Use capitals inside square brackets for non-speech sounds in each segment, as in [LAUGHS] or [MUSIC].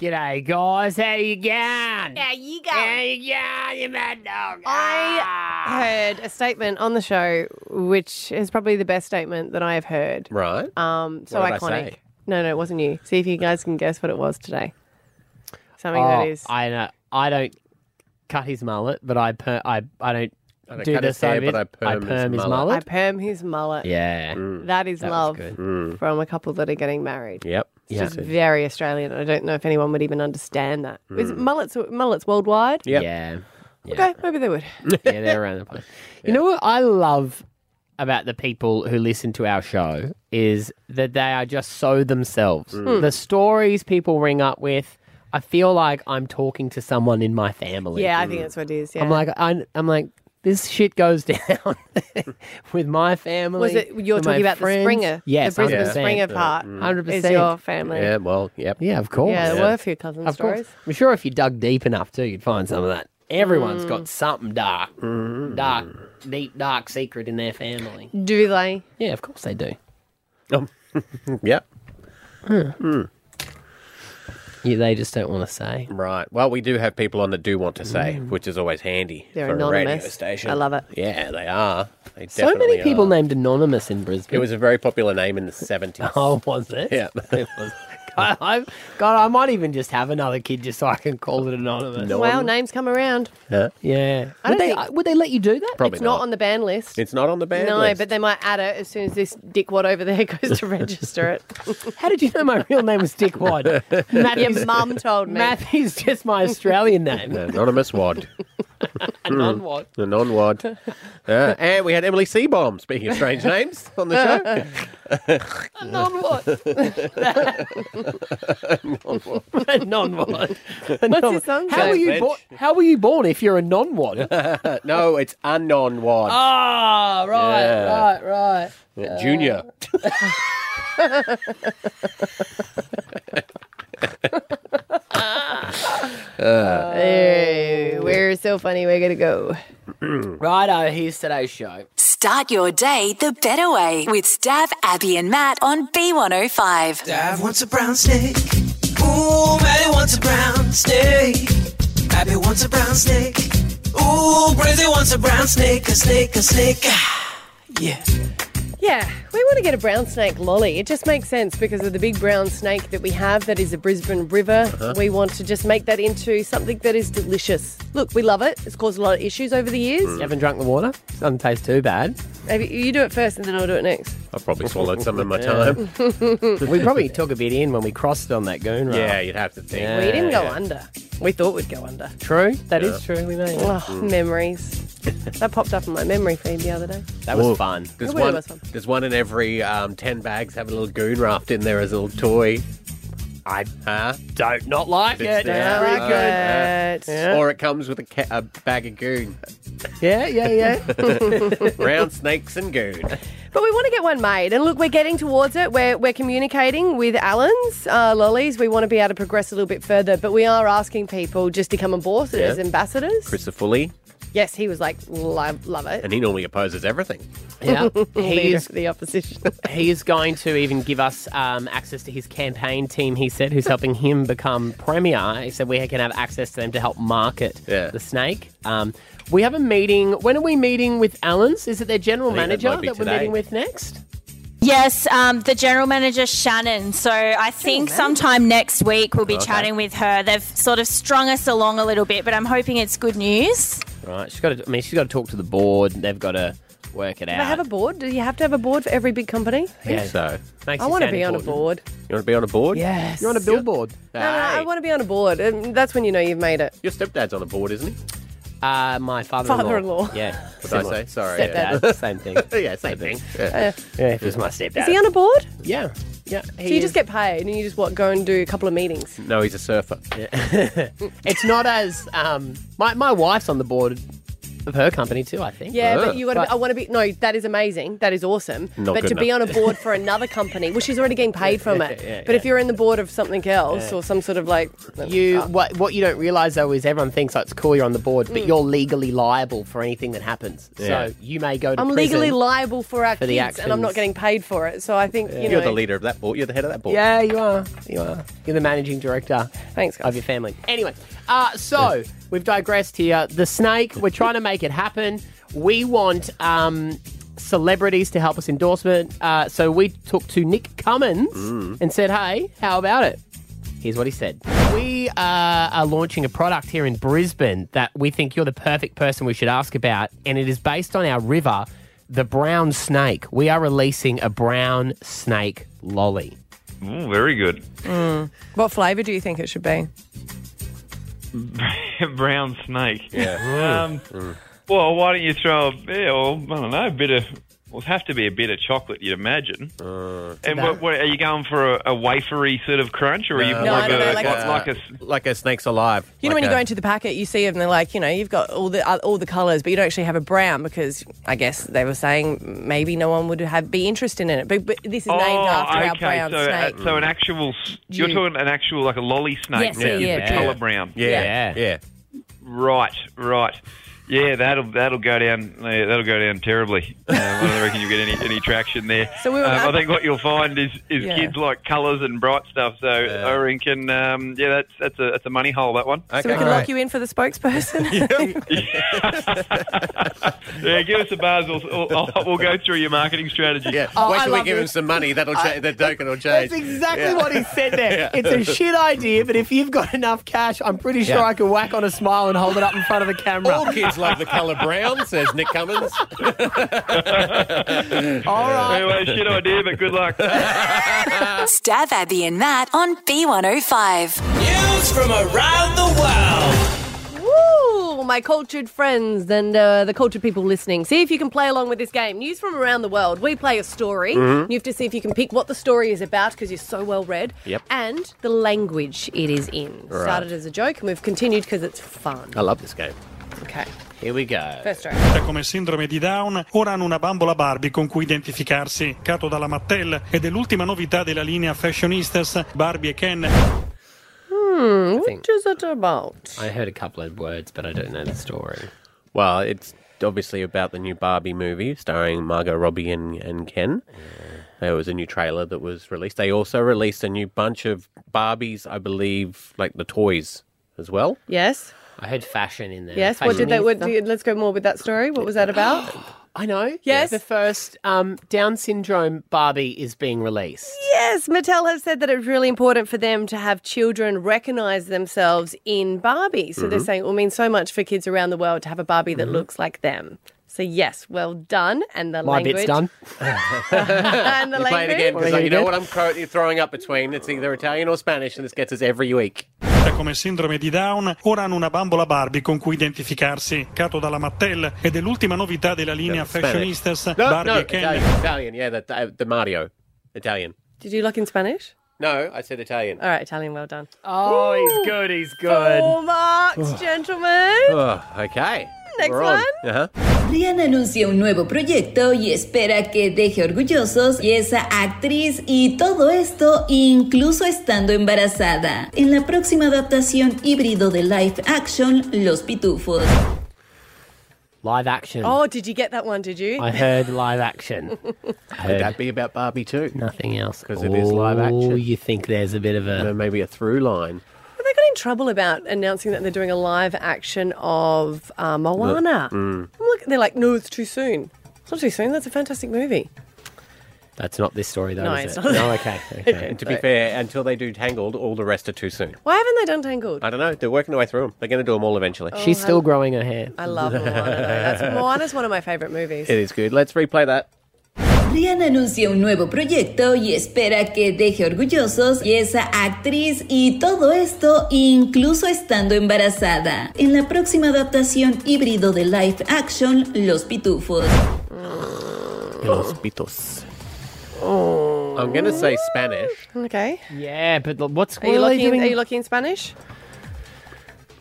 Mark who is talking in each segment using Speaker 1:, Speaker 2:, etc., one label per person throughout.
Speaker 1: G'day, guys. How you going?
Speaker 2: How you
Speaker 1: How
Speaker 2: going?
Speaker 1: you going, you mad dog? Ah.
Speaker 3: I heard a statement on the show, which is probably the best statement that I have heard.
Speaker 4: Right.
Speaker 3: Um, so
Speaker 4: What did I
Speaker 3: iconic.
Speaker 4: say?
Speaker 3: No, no, it wasn't you. See if you guys can guess what it was today. Something
Speaker 1: Oh,
Speaker 3: that is.
Speaker 1: I know. I don't cut his mullet, but I per- I I don't,
Speaker 4: I don't
Speaker 1: do
Speaker 4: cut
Speaker 1: the
Speaker 4: his hair,
Speaker 1: same.
Speaker 4: but I perm his
Speaker 1: his,
Speaker 4: mullet. Mm.
Speaker 1: mullet.
Speaker 3: I perm his mullet.
Speaker 1: yeah.
Speaker 3: That is
Speaker 1: That was
Speaker 3: love
Speaker 1: good.
Speaker 3: from a couple that are getting married.
Speaker 4: Yep.
Speaker 1: Yeah.
Speaker 3: It's very Australian. I don't know if anyone would even understand that. Is mullets mullets worldwide?
Speaker 4: Yep.
Speaker 1: Hmm. Yeah.
Speaker 3: Okay, maybe they would.
Speaker 1: [LAUGHS] yeah, they're around the place. You know what I love about the people who listen to our show is that they are just so themselves.
Speaker 4: Mm.
Speaker 1: The stories people ring up with, I feel like I'm talking to someone in my family.
Speaker 3: Yeah, I think that's what it is. Yeah.
Speaker 1: hmm. I'm like, I, I'm like, this shit goes [LAUGHS] down with my family.
Speaker 3: was it you're
Speaker 1: with my
Speaker 3: talking about
Speaker 1: friends.
Speaker 3: the Springer?
Speaker 1: Yes,
Speaker 3: the Brisbane
Speaker 1: 100%.
Speaker 3: Springer part.
Speaker 1: 100%.
Speaker 3: Is your family?
Speaker 4: Yeah. Well. Yep.
Speaker 1: Mm. Yeah, of course.
Speaker 3: Yeah, there were a few cousin
Speaker 1: Of
Speaker 3: stories.
Speaker 1: course. I'm sure if you dug deep enough too, you'd find some of that. Everyone's got
Speaker 3: Mm.
Speaker 1: something dark, dark, deep, dark secret in their family.
Speaker 3: Do they?
Speaker 1: Yeah, of course they do.
Speaker 4: Yep.
Speaker 1: Yeah, they just don't want to say.
Speaker 4: Right. Well, we do have people on that do want to say, which is always handy
Speaker 3: Mm. They're
Speaker 4: for a radio
Speaker 3: anonymous.
Speaker 4: station.
Speaker 3: I love it.
Speaker 4: Yeah, they are. They
Speaker 1: So many
Speaker 4: definitely
Speaker 1: people
Speaker 4: are.
Speaker 1: named Anonymous in Brisbane.
Speaker 4: It was a very popular name in the
Speaker 3: [LAUGHS]
Speaker 4: seventies.
Speaker 1: [LAUGHS] Oh, was it?
Speaker 4: [LAUGHS] Yeah.
Speaker 1: [LAUGHS] It was. God, I, God, I might even just have another kid just so I can call it Anonymous.
Speaker 3: wow, names come around.
Speaker 4: Huh?
Speaker 1: Yeah.
Speaker 3: I
Speaker 1: Would
Speaker 3: don't
Speaker 1: they, uh,
Speaker 3: think-
Speaker 1: would they let you do that?
Speaker 4: Probably
Speaker 3: It's not on the ban list.
Speaker 4: It's not on the band
Speaker 3: no,
Speaker 4: list.
Speaker 3: but they might add it as soon as this dickwad over there [LAUGHS] goes to register [LAUGHS] it.
Speaker 1: How did you know my real name was [LAUGHS] Dickwad?
Speaker 3: Your
Speaker 1: Matthew's,
Speaker 3: mum told me.
Speaker 1: Matthew's just my Australian name.
Speaker 4: [LAUGHS] anonymous wad.
Speaker 1: Anon what?
Speaker 4: The non wad.
Speaker 3: [LAUGHS]
Speaker 4: Yeah. And we had Emily Seabomb, speaking of strange names, on the show.
Speaker 3: [LAUGHS]
Speaker 1: Non what? non [LAUGHS] what?
Speaker 3: What's his song?
Speaker 1: How were you born? How were you born if you're a non what?
Speaker 4: [LAUGHS] Uh, No, it's anon wad.
Speaker 1: Ah, right,
Speaker 4: Yeah.
Speaker 1: right, right.
Speaker 3: Oh.
Speaker 4: Yeah, Junior.
Speaker 3: [LAUGHS] Hey, we're so funny. We're gonna go.
Speaker 1: Righto, here's today's show.
Speaker 2: Start your day the better way with Stav, Abby, and Matt on B105.
Speaker 5: Dave wants a brown snake. Ooh, Maddie wants a brown snake. Abby wants a brown snake. Ooh, Brizzy wants a brown snake. A snake, a snake. Ah, yeah.
Speaker 3: Yeah, we want to get a brown snake lolly. It just makes sense because of the big brown snake that we have that is a Brisbane river.
Speaker 4: Uh-huh.
Speaker 3: We want to just make that into something that is delicious. Look, we love it. It's caused a lot of issues over the years.
Speaker 4: Mm.
Speaker 1: You haven't drunk the water? Doesn't taste too bad.
Speaker 3: Maybe you do it first and then I'll do it next.
Speaker 4: I probably swallowed some in my
Speaker 3: [LAUGHS]
Speaker 4: time.
Speaker 1: We
Speaker 4: [LAUGHS]
Speaker 1: probably took a bit in when we crossed on that goon. Right?
Speaker 4: Yeah, you'd have to think.
Speaker 1: Yeah.
Speaker 3: We didn't go
Speaker 4: yeah.
Speaker 3: under. We thought we'd go under.
Speaker 1: true. That is true. We made.
Speaker 3: Oh, memories. that popped up in my memory feed the other day.
Speaker 1: That was
Speaker 4: Whoa.
Speaker 1: fun.
Speaker 4: There's
Speaker 3: It really
Speaker 4: one,
Speaker 3: was fun.
Speaker 4: there's one in every um, 10 bags have a little goon raft in there as a little toy. I huh?
Speaker 1: Don't not like
Speaker 4: It's
Speaker 1: it.
Speaker 4: there.
Speaker 1: Yeah,
Speaker 4: Very
Speaker 3: Like
Speaker 4: good.
Speaker 3: it.
Speaker 4: Or it comes with a, ca- a bag of goon.
Speaker 1: yeah, yeah, [LAUGHS] yeah. [LAUGHS]
Speaker 4: Round snakes and goon.
Speaker 3: But we want to get one made. And look, we're getting towards it. We're, we're communicating with Allen's uh, lollies. We want to be able to progress a little bit further, but we are asking people just to come on board as
Speaker 4: Yeah.
Speaker 3: ambassadors.
Speaker 4: Mr. Fully,
Speaker 3: Yes, he was like, love, love it.
Speaker 4: and he normally opposes everything.
Speaker 1: yeah.
Speaker 3: [LAUGHS] Leader
Speaker 1: He is
Speaker 3: of the opposition. [LAUGHS]
Speaker 1: He is going to even give us um, access to his campaign team, he said, who's helping him become premier. He said we can have access to them to help market
Speaker 4: Yeah.
Speaker 1: the snake. Um, we have a meeting. When are we meeting with Allen's? Is it their general
Speaker 4: think that
Speaker 1: manager
Speaker 4: might be
Speaker 1: that we're
Speaker 4: today.
Speaker 1: meeting with next?
Speaker 6: Yes, um, the general manager Shannon. So I
Speaker 7: eh?
Speaker 6: think sometime next week we'll be chatting with her. They've sort of strung us along a little bit, but I'm hoping it's good news.
Speaker 1: Right. She's got to, I mean, she's got to talk to the board. They've got to work it
Speaker 3: Do they
Speaker 1: out.
Speaker 3: have a board? Do you have to have a board for every big company?
Speaker 1: Yeah.
Speaker 4: So,
Speaker 1: Makes
Speaker 3: I
Speaker 1: it
Speaker 3: want to
Speaker 1: sound
Speaker 3: be on a
Speaker 1: important.
Speaker 3: board.
Speaker 4: you want to be on a board?
Speaker 3: Yes.
Speaker 1: You're on a billboard.
Speaker 3: No, no, no, I want to be on a board. Um, that's when you know you've made it.
Speaker 4: Your stepdad's on a board, isn't he?
Speaker 1: Uh, my father-in-law.
Speaker 3: Father-in-law.
Speaker 1: Yeah.
Speaker 4: What did I
Speaker 1: Similar.
Speaker 4: say? Sorry. Yeah. [LAUGHS]
Speaker 1: Stepdad. [LAUGHS] Same thing.
Speaker 4: yeah, same thing. Yeah.
Speaker 1: Yeah, it was my stepdad.
Speaker 3: Is he on a board?
Speaker 1: yeah. Yeah. He
Speaker 3: So you
Speaker 1: is.
Speaker 3: just get paid and you just what go and do a couple of meetings.
Speaker 4: No, he's a surfer.
Speaker 1: It's not as um, my my wife's on the board of her company too, I think.
Speaker 3: Yeah, but you got to. I want to be. No, that is amazing. That is awesome.
Speaker 1: Not
Speaker 3: but
Speaker 1: good
Speaker 3: to be on
Speaker 1: enough.
Speaker 3: a board for another company, well, she's already getting paid from it.
Speaker 1: yeah,
Speaker 3: but if you're in the board of something else
Speaker 1: Yeah.
Speaker 3: or some sort of like,
Speaker 1: You what what you don't realize though is everyone thinks oh, it's cool you're on the board, but
Speaker 3: Mm.
Speaker 1: you're legally liable for anything that happens.
Speaker 4: Yeah.
Speaker 1: So you may go to
Speaker 3: I'm
Speaker 1: prison.
Speaker 3: legally liable for our
Speaker 1: for the
Speaker 3: kids, and I'm not
Speaker 1: actions.
Speaker 3: getting paid for it. So I think you
Speaker 1: Yeah.
Speaker 3: know.
Speaker 1: You're
Speaker 4: You're the leader of that board. You're the head of that board.
Speaker 1: Yeah, you are. You are. You're the managing director.
Speaker 3: Thanks,
Speaker 1: Of your family. Anyway, uh, so we've digressed here. The snake. We're trying to make it happen. We want um, celebrities to help us endorsement. Uh, so we took to Nick Cummins
Speaker 8: Mm.
Speaker 1: and said, "Hey, how about it?" Here's what he said. We uh, are launching a product here in Brisbane that we think you're the perfect person we should ask about, and it is based on our river, the brown snake. We are releasing a brown snake lolly.
Speaker 9: Ooh, very good. [LAUGHS]
Speaker 3: Mm. What flavour do you think it should be?
Speaker 9: Brown snake.
Speaker 3: Yeah.
Speaker 9: Um, well, why don't you throw a yeah, well, I don't know, a bit of well, it'd have to be a bit of chocolate, you'd imagine. and what, what, are you going for a, a wafery sort of crunch, or are you
Speaker 1: Oh
Speaker 3: No,
Speaker 9: more
Speaker 3: I
Speaker 9: of
Speaker 3: don't
Speaker 9: a,
Speaker 3: know, like
Speaker 4: Uh,
Speaker 3: a-
Speaker 9: like, a like a snake's alive?
Speaker 3: You know when you go into the packet, you see them. They're like, you know, you've got all the uh, all the colours, but you don't actually have a brown because I guess they were saying maybe no one would have be interested in it. But, but this is named
Speaker 1: Oh,
Speaker 3: after our brown
Speaker 9: Oh,
Speaker 1: uh,
Speaker 9: so, uh,
Speaker 3: snake.
Speaker 9: so an actual, s- you're
Speaker 3: You-
Speaker 9: talking an actual, like a lolly snake,
Speaker 3: Yes, yeah,
Speaker 9: which is
Speaker 3: yeah.
Speaker 9: the
Speaker 3: Yeah.
Speaker 9: colour brown.
Speaker 4: Yeah.
Speaker 9: yeah. Right, right. Yeah, that'll that'll go down. Yeah, that'll go down terribly.
Speaker 3: [LAUGHS]
Speaker 9: Um, I don't reckon you get any, any traction there.
Speaker 3: So we were-
Speaker 9: um, I think what you'll find is, is
Speaker 3: Yeah.
Speaker 9: kids like colours and bright stuff. So I reckon, um, yeah, that's that's a that's a money hole that one.
Speaker 3: so we can lock you in for
Speaker 1: [LAUGHS]
Speaker 3: the spokesperson.
Speaker 9: yeah, give us a buzz. We'll, we'll, [LAUGHS] we'll go through your marketing strategy. Yeah,
Speaker 4: Oh, Wait I till we love give him this. some money, that'll cha- I- that token will change.
Speaker 1: That's exactly
Speaker 4: Yeah. [LAUGHS]
Speaker 1: what he said there.
Speaker 4: Yeah.
Speaker 1: It's a shit idea, but if you've got enough cash, I'm pretty sure
Speaker 4: Yeah.
Speaker 1: I can whack on a smile and hold it up in front of the camera.
Speaker 4: All kids love the colour brown, says Nick Cummins.
Speaker 1: All right.
Speaker 9: Anyway, shit idea, but good luck.
Speaker 2: Stab Abby and Matt on B105. News from around the world.
Speaker 3: Woo! My cultured friends and uh, the cultured people listening. See if you can play along with this game. News from around the world. We play a story.
Speaker 10: Mhm.
Speaker 4: Mm-hmm.
Speaker 3: You have to see if you can pick what the story is about because you're so well read.
Speaker 4: Yep.
Speaker 3: And the language it is in.
Speaker 4: Right.
Speaker 3: Started as a joke and we've continued because it's fun.
Speaker 4: I love this game.
Speaker 3: Okay.
Speaker 4: Here we go.
Speaker 3: First story.
Speaker 11: come sindrome di Down, ora hanno una bambola Barbie con cui identificarsi. Cato dalla Mattel ed è l'ultima novità della linea Fashionistas Barbie e Ken.
Speaker 3: Hmm. What is it about?
Speaker 4: I heard a couple of words, but I don't know the story. Well, it's obviously about the new Barbie movie starring Margot Robbie and, and Ken. There was a new trailer that was released. They also released a new bunch of Barbies, I believe, like the toys as well.
Speaker 3: Yes.
Speaker 1: I heard fashion in there.
Speaker 3: Yes. What did they? What, do you- let's go more with that story. What was that about?
Speaker 1: I know.
Speaker 3: Yes.
Speaker 1: The first um, Down syndrome Barbie is being released.
Speaker 3: Yes, Mattel has said that it's really important for them to have children recognize themselves in Barbie. So they're
Speaker 1: Mhm.
Speaker 3: saying it will mean so much for kids around the world to have a Barbie that
Speaker 1: Mhm.
Speaker 3: looks like them. So yes, well done. And the
Speaker 1: My
Speaker 3: language.
Speaker 1: bit's done. [LAUGHS]
Speaker 3: and the
Speaker 4: you play it
Speaker 3: language.
Speaker 4: again because you know what I'm cro- throwing up between. It's either Italian or Spanish, and this gets us every week.
Speaker 11: come sindrome di Down, ora hanno una bambola Barbie con cui identificarsi. Cato dalla Mattel ed è l'ultima novità della linea
Speaker 4: Spanish.
Speaker 11: Fashionistas
Speaker 4: No,
Speaker 11: Barbie
Speaker 4: no,
Speaker 11: e Ken.
Speaker 4: Italian, Italian, yeah, the, the, the Mario, Italian.
Speaker 3: Did you look in Spanish?
Speaker 4: No, I said Italian.
Speaker 3: All right, Italian. Well done.
Speaker 1: Oh,
Speaker 4: he's good, he's
Speaker 1: good.
Speaker 3: Four marks,
Speaker 1: [SIGHS]
Speaker 3: gentlemen.
Speaker 4: Oh, okay.
Speaker 3: Next
Speaker 4: We're on. Uh-huh.
Speaker 12: Rihanna anuncia un nuevo proyecto y espera que deje orgullosos y esa actriz y todo esto incluso estando embarazada. En la próxima adaptación híbrido de live action Los Pitufos.
Speaker 1: Live action.
Speaker 3: Oh, did you get that one? Did you?
Speaker 1: I heard live
Speaker 3: [LAUGHS]
Speaker 1: action.
Speaker 4: Could that be about Barbie too?
Speaker 1: Nothing else.
Speaker 4: Because it is live action.
Speaker 1: Oh, you think there's a bit of a
Speaker 4: maybe a through line.
Speaker 3: But they got in trouble about announcing that they're doing a live action of uh, Moana.
Speaker 1: Mm.
Speaker 3: I'm looking, they're like, no, it's too soon. It's not too soon. That's a fantastic movie.
Speaker 1: That's not this story though,
Speaker 3: No,
Speaker 1: is
Speaker 3: it's
Speaker 1: it?
Speaker 3: not.
Speaker 1: No, okay. okay.
Speaker 3: [LAUGHS]
Speaker 4: And to be fair, until they do Tangled, all the rest are too soon.
Speaker 3: Why haven't they done Tangled?
Speaker 4: I don't know. They're working their way through them. They're going to do them all eventually.
Speaker 3: She's Oh, still I-
Speaker 1: growing her hair. [LAUGHS]
Speaker 3: I love Moana. though. That's, Moana's one of my favourite movies.
Speaker 4: It is good. Let's replay that.
Speaker 12: Rihanna anuncia un nuevo proyecto y espera que deje orgullosos y esa actriz y todo esto incluso estando embarazada. En la próxima adaptación híbrido de live action Los Pitufos.
Speaker 4: Los Pitos. Oh. I'm going to say Spanish.
Speaker 3: [LAUGHS] Okay.
Speaker 1: Yeah, but look, what's
Speaker 3: Are you
Speaker 1: what are they
Speaker 3: looking?
Speaker 1: doing?
Speaker 3: Are you looking in Spanish?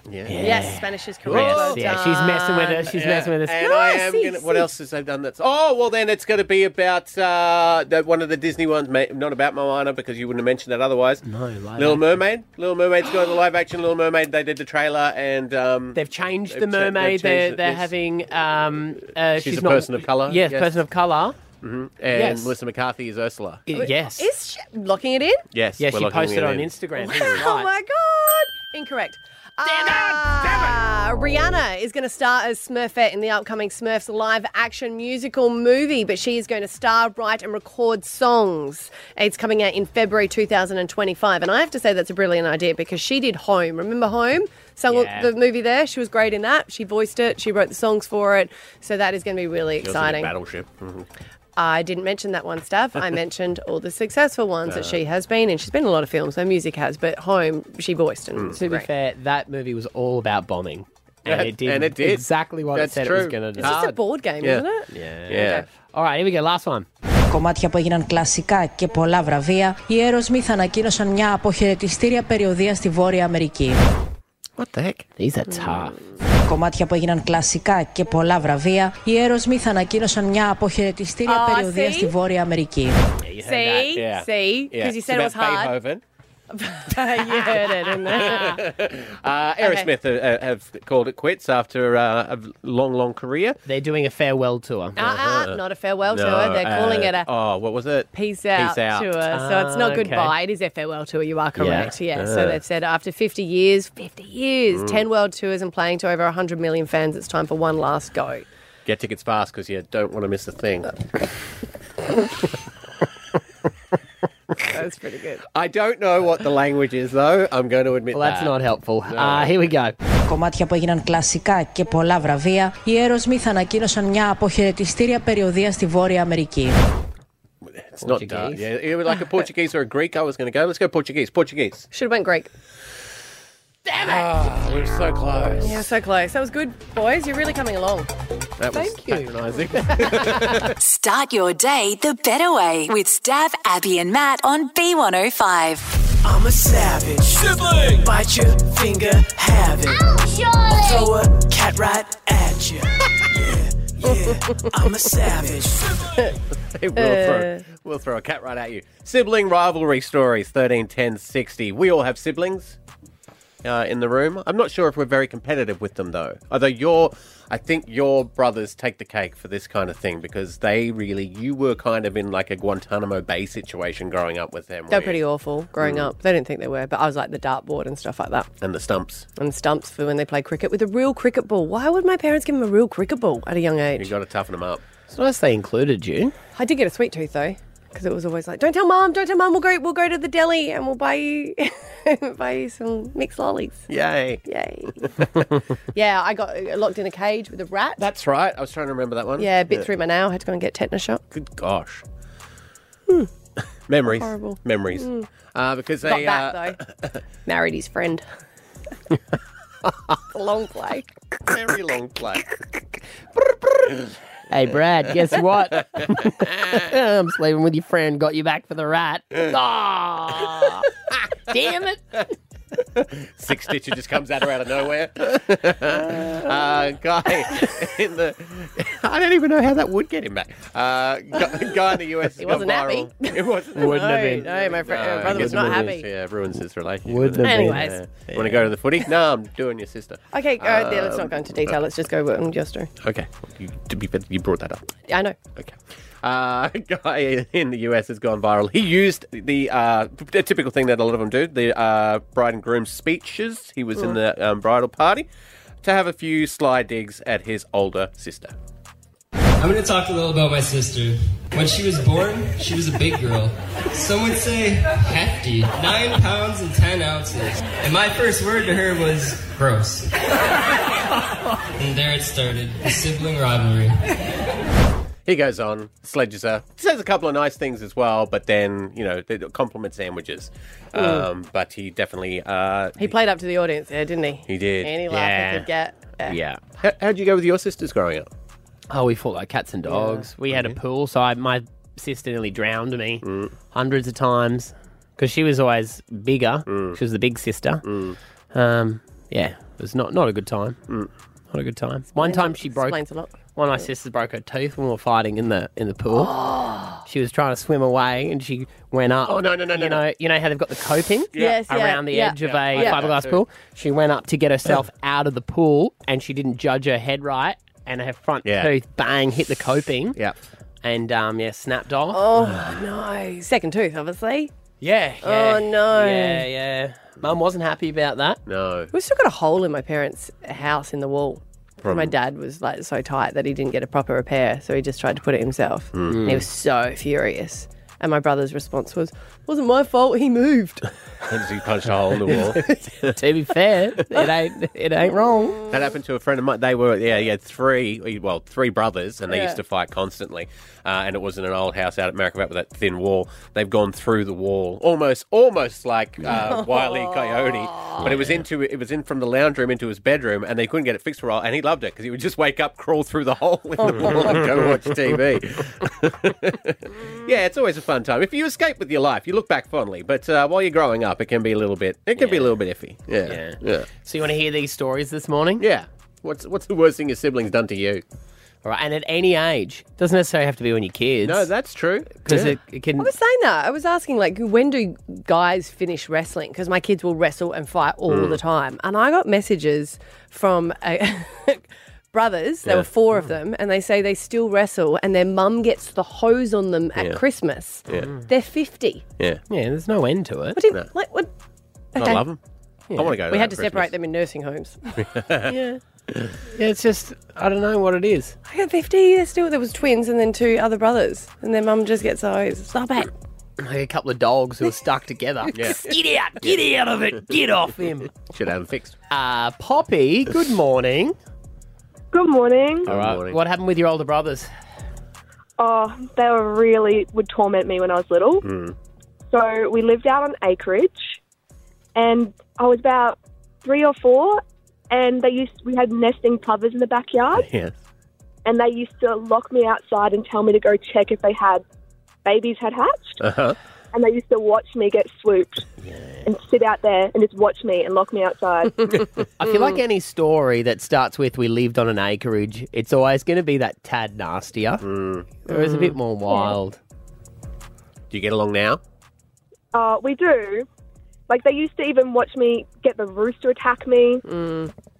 Speaker 4: Yeah.
Speaker 3: Yes, Spanish is correct.
Speaker 4: Yes,
Speaker 3: Well
Speaker 1: yeah, she's messing with us,
Speaker 3: done.
Speaker 1: she's messing with us.
Speaker 4: And
Speaker 1: No,
Speaker 4: I
Speaker 1: I
Speaker 4: am
Speaker 1: see,
Speaker 4: gonna.
Speaker 1: see.
Speaker 4: What else has I done? That's oh well. Then it's going to be about uh, the, one of the Disney ones, ma- not about Moana, because you wouldn't have mentioned that otherwise. No, Little Mermaid. Little Mermaid's got the live action. Little Mermaid. They did the trailer, and um,
Speaker 1: They've changed
Speaker 4: they've
Speaker 1: the
Speaker 4: cha- they've
Speaker 1: mermaid.
Speaker 4: changed
Speaker 1: They're,
Speaker 4: it.
Speaker 1: they're
Speaker 4: It's-
Speaker 1: having. Um, uh,
Speaker 4: She's, a
Speaker 1: not-
Speaker 4: person of color.
Speaker 1: Yes, person of color.
Speaker 4: hmm And
Speaker 1: Yes.
Speaker 4: Melissa McCarthy is Ursula.
Speaker 1: Yes.
Speaker 3: Is she locking it in?
Speaker 4: Yes.
Speaker 1: Yeah,
Speaker 4: we're
Speaker 1: she
Speaker 4: locking
Speaker 1: posted
Speaker 4: it
Speaker 1: on
Speaker 4: in.
Speaker 1: Instagram.
Speaker 3: Oh my god! Incorrect. Ah, Rihanna is going to star as Smurfette in the upcoming Smurfs live action musical movie, but she is going to star, write, and record songs. It's coming out in February 2025. And I have to say that's a brilliant idea because she did Home. Remember Home? Sung
Speaker 1: Yeah.
Speaker 3: the movie there. She was great in that. She voiced it, she wrote the songs for it. So that is going to be really
Speaker 4: She was in the
Speaker 3: exciting.
Speaker 4: Battleship. Mhm.
Speaker 3: I didn't mention that one, Stav. I mentioned all the successful ones that she has been in. She's been in a lot of films. Her music has, but Home, she voiced. And
Speaker 1: To be
Speaker 3: great.
Speaker 1: fair, that movie was all about bombing. And
Speaker 4: That-
Speaker 1: it did
Speaker 4: and it did.
Speaker 1: exactly what
Speaker 4: That's
Speaker 1: it said it was
Speaker 4: true.
Speaker 1: going to do.
Speaker 3: It's just a board game,
Speaker 1: Yeah.
Speaker 3: isn't it?
Speaker 1: [LAUGHS] Yeah.
Speaker 4: Yeah.
Speaker 1: All right, here we go. Last one.
Speaker 8: κομμάτια που έγιναν κλασικά και πολλά βραβεία, οι Aerosmith ανακοίνωσαν μια αποχαιρετιστήρια περιοδία στη Βόρεια Αμερική.
Speaker 1: What the heck? These are
Speaker 3: Hmm.
Speaker 1: tough.
Speaker 8: Κομμάτια που έγιναν κλασικά και πολλά βραβεία, οι Aerosmith ανακοίνωσαν μια αποχαιρετιστήρια
Speaker 3: Α,
Speaker 8: περιοδία
Speaker 3: see?
Speaker 8: στη Βόρεια Αμερική.
Speaker 1: Yeah, you heard
Speaker 3: See,
Speaker 1: that.
Speaker 4: Yeah.
Speaker 3: see, because
Speaker 4: Yeah.
Speaker 3: you
Speaker 4: It's
Speaker 3: said it
Speaker 4: about
Speaker 3: was hard.
Speaker 4: Beethoven.
Speaker 3: [LAUGHS] you heard it, didn't you?
Speaker 4: Uh, Aerosmith uh, uh, have called it quits after uh, a long, long career.
Speaker 1: They're doing a farewell tour.
Speaker 3: Uh-uh, not a farewell
Speaker 4: No,
Speaker 3: tour. They're calling
Speaker 4: uh,
Speaker 3: it a
Speaker 4: Oh, what was it?
Speaker 3: peace out,
Speaker 4: out.
Speaker 3: tour. So it's
Speaker 1: Ah,
Speaker 3: not
Speaker 1: okay.
Speaker 3: goodbye. It is a farewell tour. You are correct. Yeah. So they've said after 50 years, 50 years, 10 world tours and playing to over 100 million fans, it's time for one last go.
Speaker 4: Get tickets fast because you don't want to miss a thing.
Speaker 3: That's pretty good.
Speaker 4: I don't know what the language is though. I'm going to admit
Speaker 1: Well, that's
Speaker 4: that.
Speaker 1: not helpful. Uh, here we go.
Speaker 8: Κομμάτια που έγιναν κλασικά και πολλά βραβεία, οι Aerosmith ανακοίνωσαν μια αποχαιρετιστήρια περιοδία στη Βόρεια Αμερική.
Speaker 4: It's not dark.
Speaker 1: Portuguese.
Speaker 4: Yeah, it was like a Portuguese or a Greek. I was going to go. Let's go Portuguese. Portuguese.
Speaker 3: Should have went Greek.
Speaker 4: Oh, we were so close.
Speaker 3: Yeah, so close. That was good, boys. You're really coming along.
Speaker 4: That was
Speaker 3: Thank you.
Speaker 4: patronising.
Speaker 2: Start your day the better way with Stab, Abby, and Matt on B105.
Speaker 5: I'm a savage. Sibling! Bite your finger, have it. Throw a cat right at you. yeah, yeah, I'm a savage.
Speaker 4: [LAUGHS] Hey, we'll, throw,
Speaker 3: Uh.
Speaker 4: we'll throw a cat right at you. Sibling rivalry stories, 13, 10, 60. We all have siblings uh, in the room. I'm not sure if we're very competitive with them, though. Although your, I think your brothers take the cake for this kind of thing because they really, you were kind of in like a Guantanamo Bay situation growing up with them.
Speaker 3: They're
Speaker 4: weren't
Speaker 3: pretty
Speaker 4: you?
Speaker 3: awful growing up. They didn't think they were, but I was like the dartboard and stuff like that.
Speaker 4: And the stumps.
Speaker 3: and stumps for when they play cricket with a real cricket ball. Why would my parents give him a real cricket ball at a young
Speaker 4: You've
Speaker 3: age?
Speaker 4: got to toughen them up.
Speaker 1: It's nice they included you.
Speaker 3: I did get a sweet tooth though, because it was always like, "Don't tell mom, don't tell mom. We'll go, we'll go to the deli and we'll buy you, [LAUGHS] buy you some mixed lollies."
Speaker 4: Yay.
Speaker 3: Yay! yeah, I got uh, locked in a cage with a rat.
Speaker 4: That's right. I was trying to remember that one.
Speaker 3: yeah, a bit through my nail. Had to go and get tetanus shot.
Speaker 4: Good gosh.
Speaker 1: Hmm.
Speaker 4: [LAUGHS] Memories.
Speaker 3: Horrible.
Speaker 4: Memories. Uh, because
Speaker 3: Got
Speaker 4: they. uh,
Speaker 3: that though. Married his friend. [LAUGHS] A Long play.
Speaker 4: [LAUGHS] Very long play.
Speaker 1: Hey, Brad, guess what? I'm sleeping with your friend. Got you back for the rat. Ah, damn it.
Speaker 4: Six Stitcher just comes at her out
Speaker 1: [LAUGHS]
Speaker 4: of nowhere. uh, guy in the. I don't even know how that would get him back. Uh, gu- guy in the US. He
Speaker 3: wasn't happy. [LAUGHS]
Speaker 4: It wasn't.
Speaker 1: Wouldn't have been.
Speaker 3: No, my friend, my brother was not happy.
Speaker 4: Yeah, ruins his relationship.
Speaker 1: Wouldn't have been.
Speaker 3: [LAUGHS] Anyways.
Speaker 4: Want to go to the footy? No, I'm doing your sister.
Speaker 3: Okay, go there. Let's not go into detail. Let's just go with um, just do.
Speaker 4: Okay. You, to be fair, you brought that up.
Speaker 3: I know.
Speaker 4: Okay. Uh, [LAUGHS] a guy in the US has gone viral. He used the, uh, the typical thing that a lot of them do the uh, bride and groom speeches. He was in the um, bridal party to have a few sly digs at his older sister.
Speaker 10: I'm gonna talk a little about my sister. When she was born, she was a big girl. Some would say hefty, nine pounds and ten ounces. And my first word to her was gross. and there it started, the sibling rivalry.
Speaker 4: He goes on, sledges her, says a couple of nice things as well, but then, you know, th- compliment sandwiches. Um, but he definitely. Uh,
Speaker 3: He played up to the audience there, didn't he?
Speaker 4: He did.
Speaker 3: Any laugh
Speaker 1: Yeah.
Speaker 3: he could get. Yeah.
Speaker 1: Yeah.
Speaker 4: how, how'd you go with your sisters growing up?
Speaker 1: Oh, we fought like cats and dogs. We had a pool, so I, my sister nearly drowned me hundreds Mm. of times because she was always bigger. She was the big sister. Um, Yeah, it was not, not a good time. Not a good time. One time she broke.
Speaker 3: Explains a lot.
Speaker 1: One of my sisters broke her tooth when we were fighting in the in the [GASPS] pool. She was trying to swim away and she went up.
Speaker 4: Oh, no, no, no,
Speaker 1: You know, you know how they've got the coping
Speaker 4: Yeah. Yes, yeah,
Speaker 1: around the
Speaker 4: yeah.
Speaker 1: edge of
Speaker 4: Yeah,
Speaker 1: a
Speaker 4: I did that
Speaker 1: fiberglass
Speaker 4: too.
Speaker 1: pool. She went up to get herself out of the pool and she didn't judge her head right and her front
Speaker 4: Yeah.
Speaker 1: tooth bang hit the coping. Yeah. And um, yeah, snapped off.
Speaker 3: Oh no! Second tooth, obviously.
Speaker 1: Yeah.
Speaker 3: Oh
Speaker 1: yeah.
Speaker 3: no.
Speaker 1: Yeah, yeah. Mum wasn't happy about that.
Speaker 4: No.
Speaker 3: We've still got a hole in my parents' house in the wall.
Speaker 1: From-
Speaker 3: My dad was like so tight that he didn't get a proper repair, so he just tried to put it himself.
Speaker 1: Mm.
Speaker 3: And he was so furious. And my brother's response was, "Wasn't my fault.
Speaker 1: [LAUGHS]
Speaker 3: He moved."
Speaker 4: he punched a hole in the [LAUGHS] wall.
Speaker 1: to be fair, it ain't it ain't wrong.
Speaker 4: That happened to a friend of mine. They were yeah, he had three well three brothers, and they
Speaker 1: Yeah.
Speaker 4: used to fight constantly. Uh, and it was in an old house out at Marikabat with that thin wall. They've gone through the wall almost, almost like uh, Wiley Coyote. But it was into it was in from the lounge room into his bedroom, and they couldn't get it fixed for a while. And he loved it because he would just wake up, crawl through the hole in the wall, and go watch TV. yeah, it's always a fun time. If you escape with your life, you look back fondly. But uh, while you're growing up, it can be a little bit. It can be a little bit iffy.
Speaker 1: Yeah.
Speaker 4: Yeah. yeah.
Speaker 1: So you want to hear these stories this morning?
Speaker 4: Yeah. What's what's the worst thing your siblings done to you?
Speaker 1: All right, and at any age, doesn't necessarily have to be when you're kids.
Speaker 4: No, that's true.
Speaker 1: Because
Speaker 4: Yeah.
Speaker 1: it, it can.
Speaker 3: I was saying that. I was asking, like, when do guys finish wrestling? Because my kids will wrestle and fight all
Speaker 1: Mm.
Speaker 3: the time. And I got messages from a [LAUGHS] brothers, there
Speaker 13: Yeah.
Speaker 3: were four
Speaker 1: Hmm.
Speaker 3: of them, and they say they still wrestle and their mum gets the hose on them at
Speaker 1: Yeah.
Speaker 3: Christmas.
Speaker 1: Yeah. Mm.
Speaker 3: They're 50.
Speaker 4: Yeah.
Speaker 1: Yeah, there's no end to it.
Speaker 3: What do you, like, what? Okay.
Speaker 1: Yeah. wanna go
Speaker 3: We
Speaker 1: there
Speaker 3: had
Speaker 1: at
Speaker 3: to separate them in nursing homes. yeah.
Speaker 1: Yeah, it's just, I don't know what it is.
Speaker 3: I got 50. They're still, there was twins and then two other brothers, and their mum just gets the hose. Stop it.
Speaker 1: Like a couple of dogs who are stuck together.
Speaker 14: [LAUGHS]
Speaker 3: Yeah.
Speaker 1: Get out! Get out of it! Get off him!
Speaker 4: Should have them fixed.
Speaker 1: Uh, Poppy, good morning.
Speaker 7: Good morning.
Speaker 1: All right. What happened with your older brothers?
Speaker 7: Oh, they were really would torment me when I was little. So we lived out on acreage, and I was about three or four, and they used we had nesting covers in the backyard,
Speaker 4: Yes.
Speaker 7: and they used to lock me outside and tell me to go check if they had babies had hatched,
Speaker 4: Uh-huh.
Speaker 7: and they used to watch me get swooped and sit out there and just watch me and lock me outside.
Speaker 1: I feel
Speaker 4: Mm.
Speaker 1: like any story that starts with "we lived on an acreage," it's always going to be that tad nastier. Or is a bit more wild.
Speaker 4: Mm. Do you get along now?
Speaker 7: Uh, we do. Like they used to even watch me get the rooster to attack me.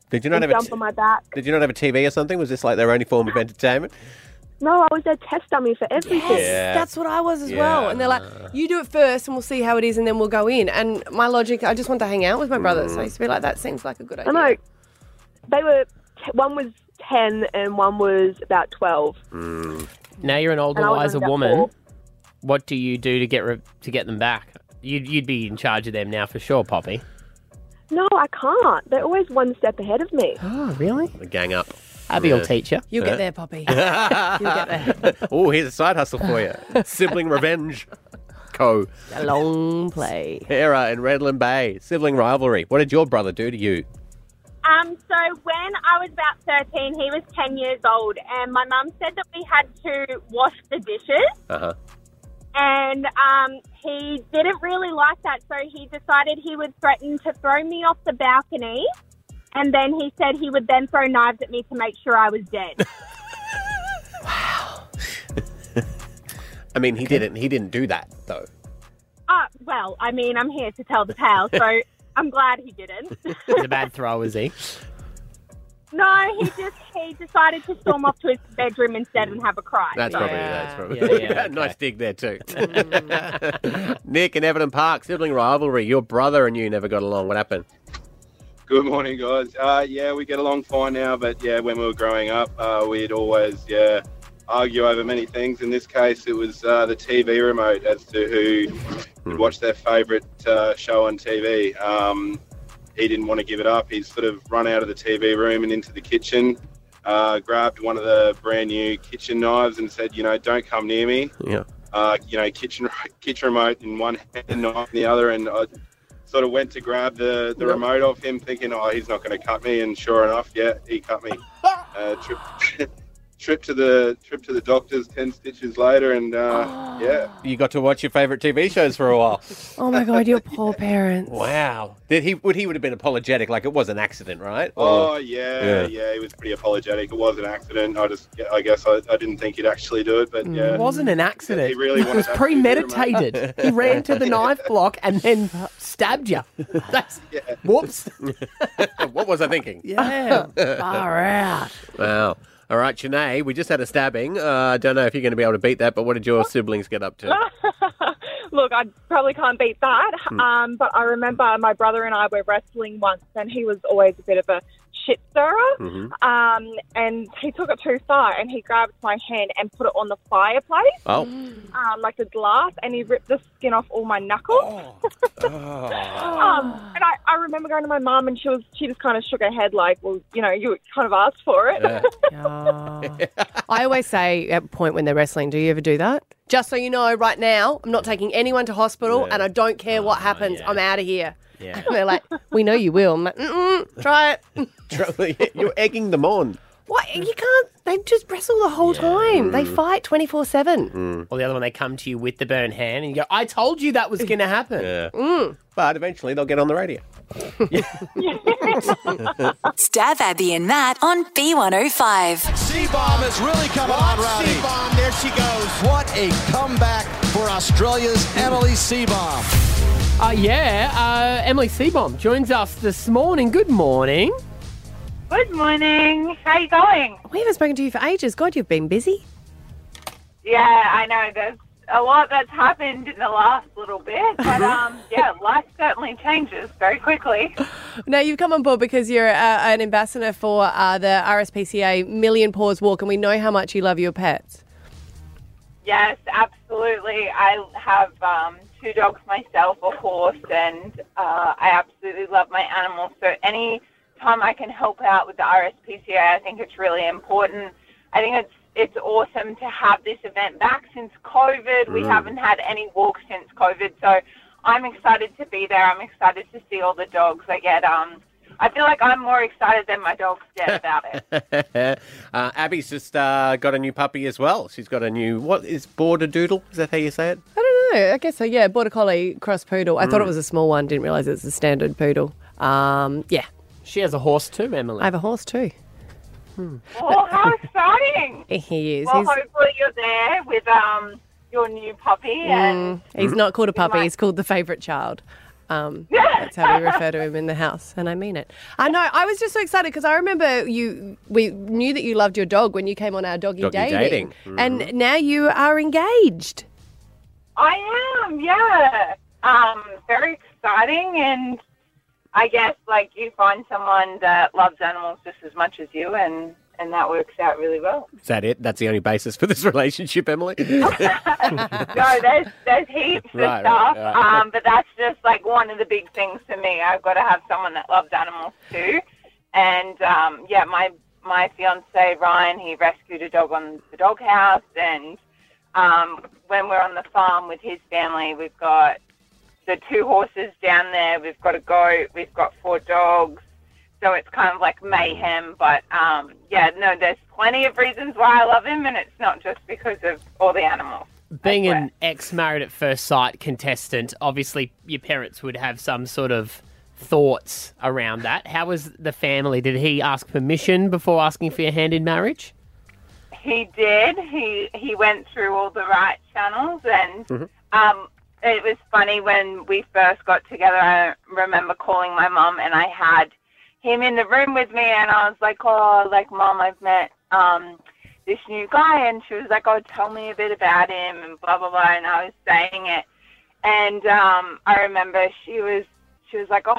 Speaker 4: Did you not
Speaker 7: and
Speaker 4: have a
Speaker 7: jump
Speaker 4: t-
Speaker 7: on my back.
Speaker 4: Did you not have a TV or something? Was this like their only form of entertainment?
Speaker 7: No, I was their test dummy for everything.
Speaker 4: Yeah.
Speaker 3: That's what I was as well.
Speaker 4: Yeah.
Speaker 3: And they're like, you do it first and we'll see how it is and then we'll go in. And my logic, I just want to hang out with my brothers. I used to be like, that seems like a good
Speaker 7: I
Speaker 3: idea.
Speaker 7: know. They were one was ten and one was about twelve.
Speaker 1: Now you're an older,
Speaker 7: And I was
Speaker 1: wiser
Speaker 7: on that
Speaker 1: woman.
Speaker 7: ball.
Speaker 1: What do you do to get re- to get them back? You'd, you'd be in charge of them now for sure, Poppy.
Speaker 7: No, I can't. They're always one step ahead of me.
Speaker 1: Oh, really?
Speaker 4: The gang up.
Speaker 1: Abby will teach you.
Speaker 3: You'll get there, Poppy.
Speaker 4: oh, here's a side hustle for
Speaker 1: [LAUGHS]
Speaker 4: you: sibling revenge. Co.
Speaker 3: A long play.
Speaker 4: Hera in Redland Bay. Sibling rivalry. What did your brother do to you?
Speaker 15: Um, so when I was about 13, he was 10 years old, and my mum said that we had to wash the dishes,
Speaker 4: Uh huh.
Speaker 15: and um, he didn't really like that, so he decided he would threaten to throw me off the balcony, and then he said he would then throw knives at me to make sure I was dead.
Speaker 4: I mean, he didn't. He didn't do that though.
Speaker 15: uh, well, I mean, I'm here to tell the tale, so I'm glad he didn't.
Speaker 1: He's a bad throw, is he?
Speaker 15: no, he just he decided to storm off to his bedroom instead and have a cry.
Speaker 4: That's
Speaker 15: so-
Speaker 4: probably that's probably
Speaker 1: Oh, Yeah,
Speaker 4: [LAUGHS]
Speaker 1: yeah,
Speaker 4: nice dig
Speaker 1: [LAUGHS]
Speaker 4: there too. Nick and Everton Park sibling rivalry. Your brother and you never got along. What happened?
Speaker 14: [LAUGHS] Good morning, guys. Uh, yeah, we get along fine now, but yeah, when we were growing up, uh, we'd always yeah argue over many things. In this case, it was uh, the TV remote as to who
Speaker 9: Hmm.
Speaker 14: would watch their favourite uh, show on TV. Um, he didn't want to give it up. He'd sort of run out of the TV room and into the kitchen, uh, grabbed one of the brand new kitchen knives and said, "You know, don't come near me."
Speaker 4: Yeah.
Speaker 14: uh, you know, kitchen kitchen remote in one hand, knife in the other, and I sort of went to grab the, the
Speaker 4: Yep.
Speaker 14: remote off
Speaker 16: [LAUGHS]
Speaker 14: him, thinking, oh, he's not going to cut me, and sure enough, yeah, he cut me. Uh, tri- trip [LAUGHS] to the trip to the doctors ten stitches later,
Speaker 16: [GASPS]
Speaker 14: and uh, yeah,
Speaker 4: You got to watch your favorite TV shows for a while.
Speaker 3: Oh my God, your poor
Speaker 4: [LAUGHS]
Speaker 3: parents.
Speaker 4: Wow. Did he would he would have been apologetic like it was an accident, right?
Speaker 14: Oh
Speaker 4: Or-
Speaker 14: yeah, yeah,
Speaker 4: yeah.
Speaker 14: He was pretty apologetic. It was an accident. I just, yeah, I guess, I, I didn't think he'd actually do it,
Speaker 16: Mm.
Speaker 14: but yeah,
Speaker 1: It wasn't an accident.
Speaker 14: He really
Speaker 1: it
Speaker 14: wanted
Speaker 1: was
Speaker 14: that to be the remote.
Speaker 1: premeditated. he ran to the knife block and then stabbed you. That's whoops.
Speaker 4: what was I [LAUGHS] thinking?
Speaker 1: Yeah, far out.
Speaker 4: Wow. All right, Janae, we just had a stabbing. Uh, I don't know if you're going to be able to beat that, but what did your siblings get up to?
Speaker 15: [LAUGHS] Look, I probably can't beat that.
Speaker 4: Hmm.
Speaker 15: Um, but I remember my brother and I were wrestling once, and he was always a bit of a shit stirrer.
Speaker 4: Hmm. Mm-hmm.
Speaker 5: Mhm.
Speaker 15: Um, and he took it too far, and he grabbed my hand and put it on the fireplace,
Speaker 5: Oh.
Speaker 4: [LAUGHS]
Speaker 15: um, like the glass, and he ripped the skin off all my knuckles. [LAUGHS] Um, and I, I remember going to my mum, and she was she just kind of shook her head, like, "Well, you know, you kind of asked for it." [LAUGHS]
Speaker 3: [LAUGHS] I always say at a point when they're wrestling, do you ever do that? Just so you know, right now, I'm not taking anyone to hospital and I don't care what happens. I'm out of here.
Speaker 4: Yeah.
Speaker 3: And [LAUGHS] they're like, we know you will. I'm like, Mm-mm, try it.
Speaker 4: [LAUGHS] you're egging them on.
Speaker 3: What? You can't. They just wrestle the whole time. They
Speaker 1: Mm.
Speaker 3: fight 24 7.
Speaker 1: Or the other one, they come to you with the burn hand and you go, "I told you that was going to happen." Mm.
Speaker 4: Yeah.
Speaker 1: But eventually, they'll get on the radio.
Speaker 2: Stab Abby and Matt on B105.
Speaker 13: C-Bomb has really come on, Rowdy. C-Bomb, there she goes. What a comeback for Australia's Emily C-Bomb.
Speaker 1: Uh, yeah, uh, Emily Seabomb joins us this morning. Good morning.
Speaker 17: Good morning. How are you going?
Speaker 3: We haven't spoken to you for ages. God, you've been busy.
Speaker 17: Yeah, I know. There's a lot that's happened in the last little bit,
Speaker 3: Mm-hmm.
Speaker 17: but um, yeah, life certainly changes very quickly.
Speaker 3: Now, you've come on board because you're uh, an ambassador for uh, the RSPCA Million Paws Walk, and we know how much you love your pets.
Speaker 17: Yes, absolutely. I have um, two dogs myself, a horse, and uh, I absolutely love my animals. So any time I can help out with the RSPCA, I think it's really important. I think it's it's awesome to have this event back since COVID. We
Speaker 18: Mm.
Speaker 17: haven't had any walks since COVID, so I'm excited to be there. I'm excited to see all the dogs. I get um, I feel like I'm more excited than my dogs get
Speaker 3: [LAUGHS]
Speaker 17: about it.
Speaker 4: uh, Abby's just uh, got a new puppy as well. She's got a new, what is border doodle? Is that how you say it?
Speaker 3: I don't know. I guess so. Yeah, border collie cross poodle. I thought it
Speaker 4: Mm.
Speaker 3: was a small one. Didn't realize it's a standard poodle. Um, yeah,
Speaker 1: She has a horse too, Emily.
Speaker 3: I have a horse too.
Speaker 17: Oh, how exciting!
Speaker 3: He is.
Speaker 17: Well,
Speaker 3: he's
Speaker 17: hopefully you're there with um your new puppy and
Speaker 3: Mm, he's not called a puppy. He's called the favourite child. [LAUGHS] Um, that's how we refer to him in the house, and I mean it. I know. I was just so excited because I remember you. We knew that you loved your dog when you came on our doggy,
Speaker 17: Doggy
Speaker 3: dating, Mm-hmm.
Speaker 17: dating.
Speaker 3: and now you are [LAUGHS] engaged.
Speaker 17: I am, yeah. Um, very exciting and I guess like you find someone that loves animals just as much as you and and that works out really well.
Speaker 4: Is that it? That's the only basis
Speaker 1: [LAUGHS]
Speaker 4: for this relationship, Emily? [LAUGHS]
Speaker 17: no, there's there's heaps
Speaker 4: Right,
Speaker 17: of
Speaker 4: right,
Speaker 17: stuff.
Speaker 4: right.
Speaker 17: Um, but that's just like one of the big things for me. I've got to have someone that loves animals too. And um, yeah, my my fiance Ryan, he rescued a dog on the doghouse, and um, when we're on the farm with his family, we've got the two horses down there. We've got a goat. We've got four dogs. So it's kind of like mayhem, but um, yeah, no, there's plenty of reasons why I love him, and it's not just because of all the animals.
Speaker 1: Being an ex married at first sight contestant, obviously your parents would have some sort of thoughts around that. How was the family? Did he ask permission before asking for your hand in marriage?
Speaker 17: He did. He he went through all the right channels, and um, it was funny when we first got together. I remember calling my mum, and I had him in the room with me, and I was like, "Oh, like mum, I've met um, this new guy," and she was like, "Oh, tell me a bit about him," and blah blah blah, and I was saying it, and um, I remember she was she was like, "Oh."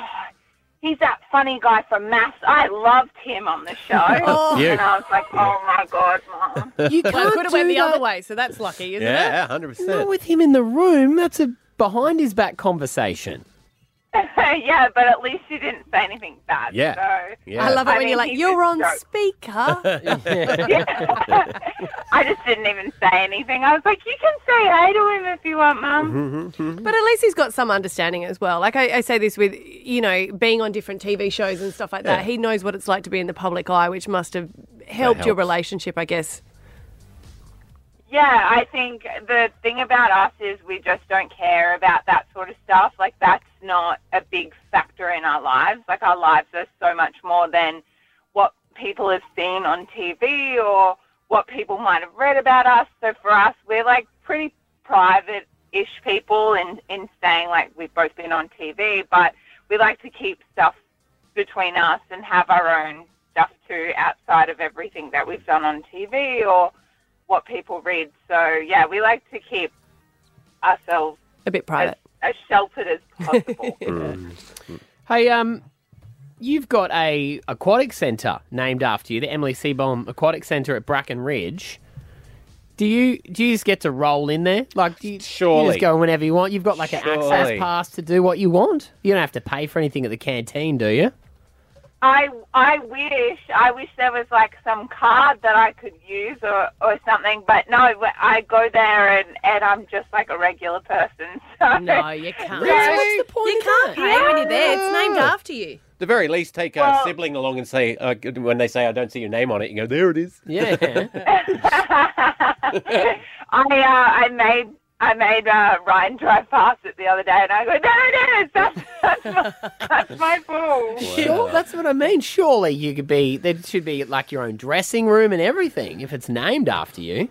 Speaker 17: He's that funny guy from Maths. I loved him on the show.
Speaker 4: Oh. You.
Speaker 17: And I was like, oh my God, Mum.
Speaker 1: You
Speaker 3: Well, it
Speaker 1: can't
Speaker 3: could have went
Speaker 1: do
Speaker 3: the other
Speaker 1: that.
Speaker 3: way, so that's lucky, isn't it?
Speaker 4: yeah, 100%.
Speaker 1: Not with him in the room. That's a behind his back conversation.
Speaker 17: [LAUGHS] yeah, but at least you didn't say anything bad.
Speaker 1: Yeah.
Speaker 17: So,
Speaker 1: Yeah. I love it when
Speaker 17: mean,
Speaker 1: you're like,
Speaker 17: he
Speaker 3: "You're
Speaker 17: was
Speaker 3: on
Speaker 17: joking."
Speaker 3: speaker.
Speaker 17: I just didn't even say anything. I was like, you can say hey to him if you want, Mum.
Speaker 3: But at least he's got some understanding as well. Like I, I say this with, you know, being on different TV shows and stuff like that.
Speaker 17: Yeah.
Speaker 3: He knows what it's like to be in the public eye, which must have helped your
Speaker 17: helps.
Speaker 3: relationship, I guess,
Speaker 17: Yeah, I think the thing about us is we just don't care about that sort of stuff. Like, that's not a big factor in our lives. Like, our lives are so much more than what people have seen on TV or what people might have read about us. So, for us, we're like pretty private ish people in, in saying, like, we've both been on TV, but we like to keep stuff between us and have our own stuff too outside of everything that we've done on TV or what people read. So yeah, we like to keep ourselves
Speaker 3: a bit private,
Speaker 17: as, as sheltered as possible.
Speaker 1: Hey, um, you've got a aquatic centre named after you, the Emily Seaborn Aquatic Centre at Brackenridge. Do you do you just get to roll in there? Like, do you, you
Speaker 4: Surely.
Speaker 1: just go whenever you want? You've got like an access
Speaker 4: Surely.
Speaker 1: pass to do what you want. You don't have to pay for anything at the canteen, do you?
Speaker 17: I I wish I wish there was like some card that I could use or, or something, but no, I go there and, and I'm just like a regular person. [LAUGHS] So.
Speaker 3: No, you can't.
Speaker 17: Yeah.
Speaker 3: What's the point you
Speaker 17: that?
Speaker 3: can't
Speaker 17: pay when
Speaker 3: you're there. It's named after you.
Speaker 4: The very least, take a
Speaker 17: Well-
Speaker 4: sibling along and say, uh, when they say, I don't see your name on it, you go, there it is.
Speaker 1: Yeah.
Speaker 17: I uh, I made I made uh, Ryan drive past it the other day, and I go, there it is. That's that's my, that's my pool.
Speaker 1: Sure, that's what I mean. Surely you could be. There should be like your own dressing room and everything if it's named after you.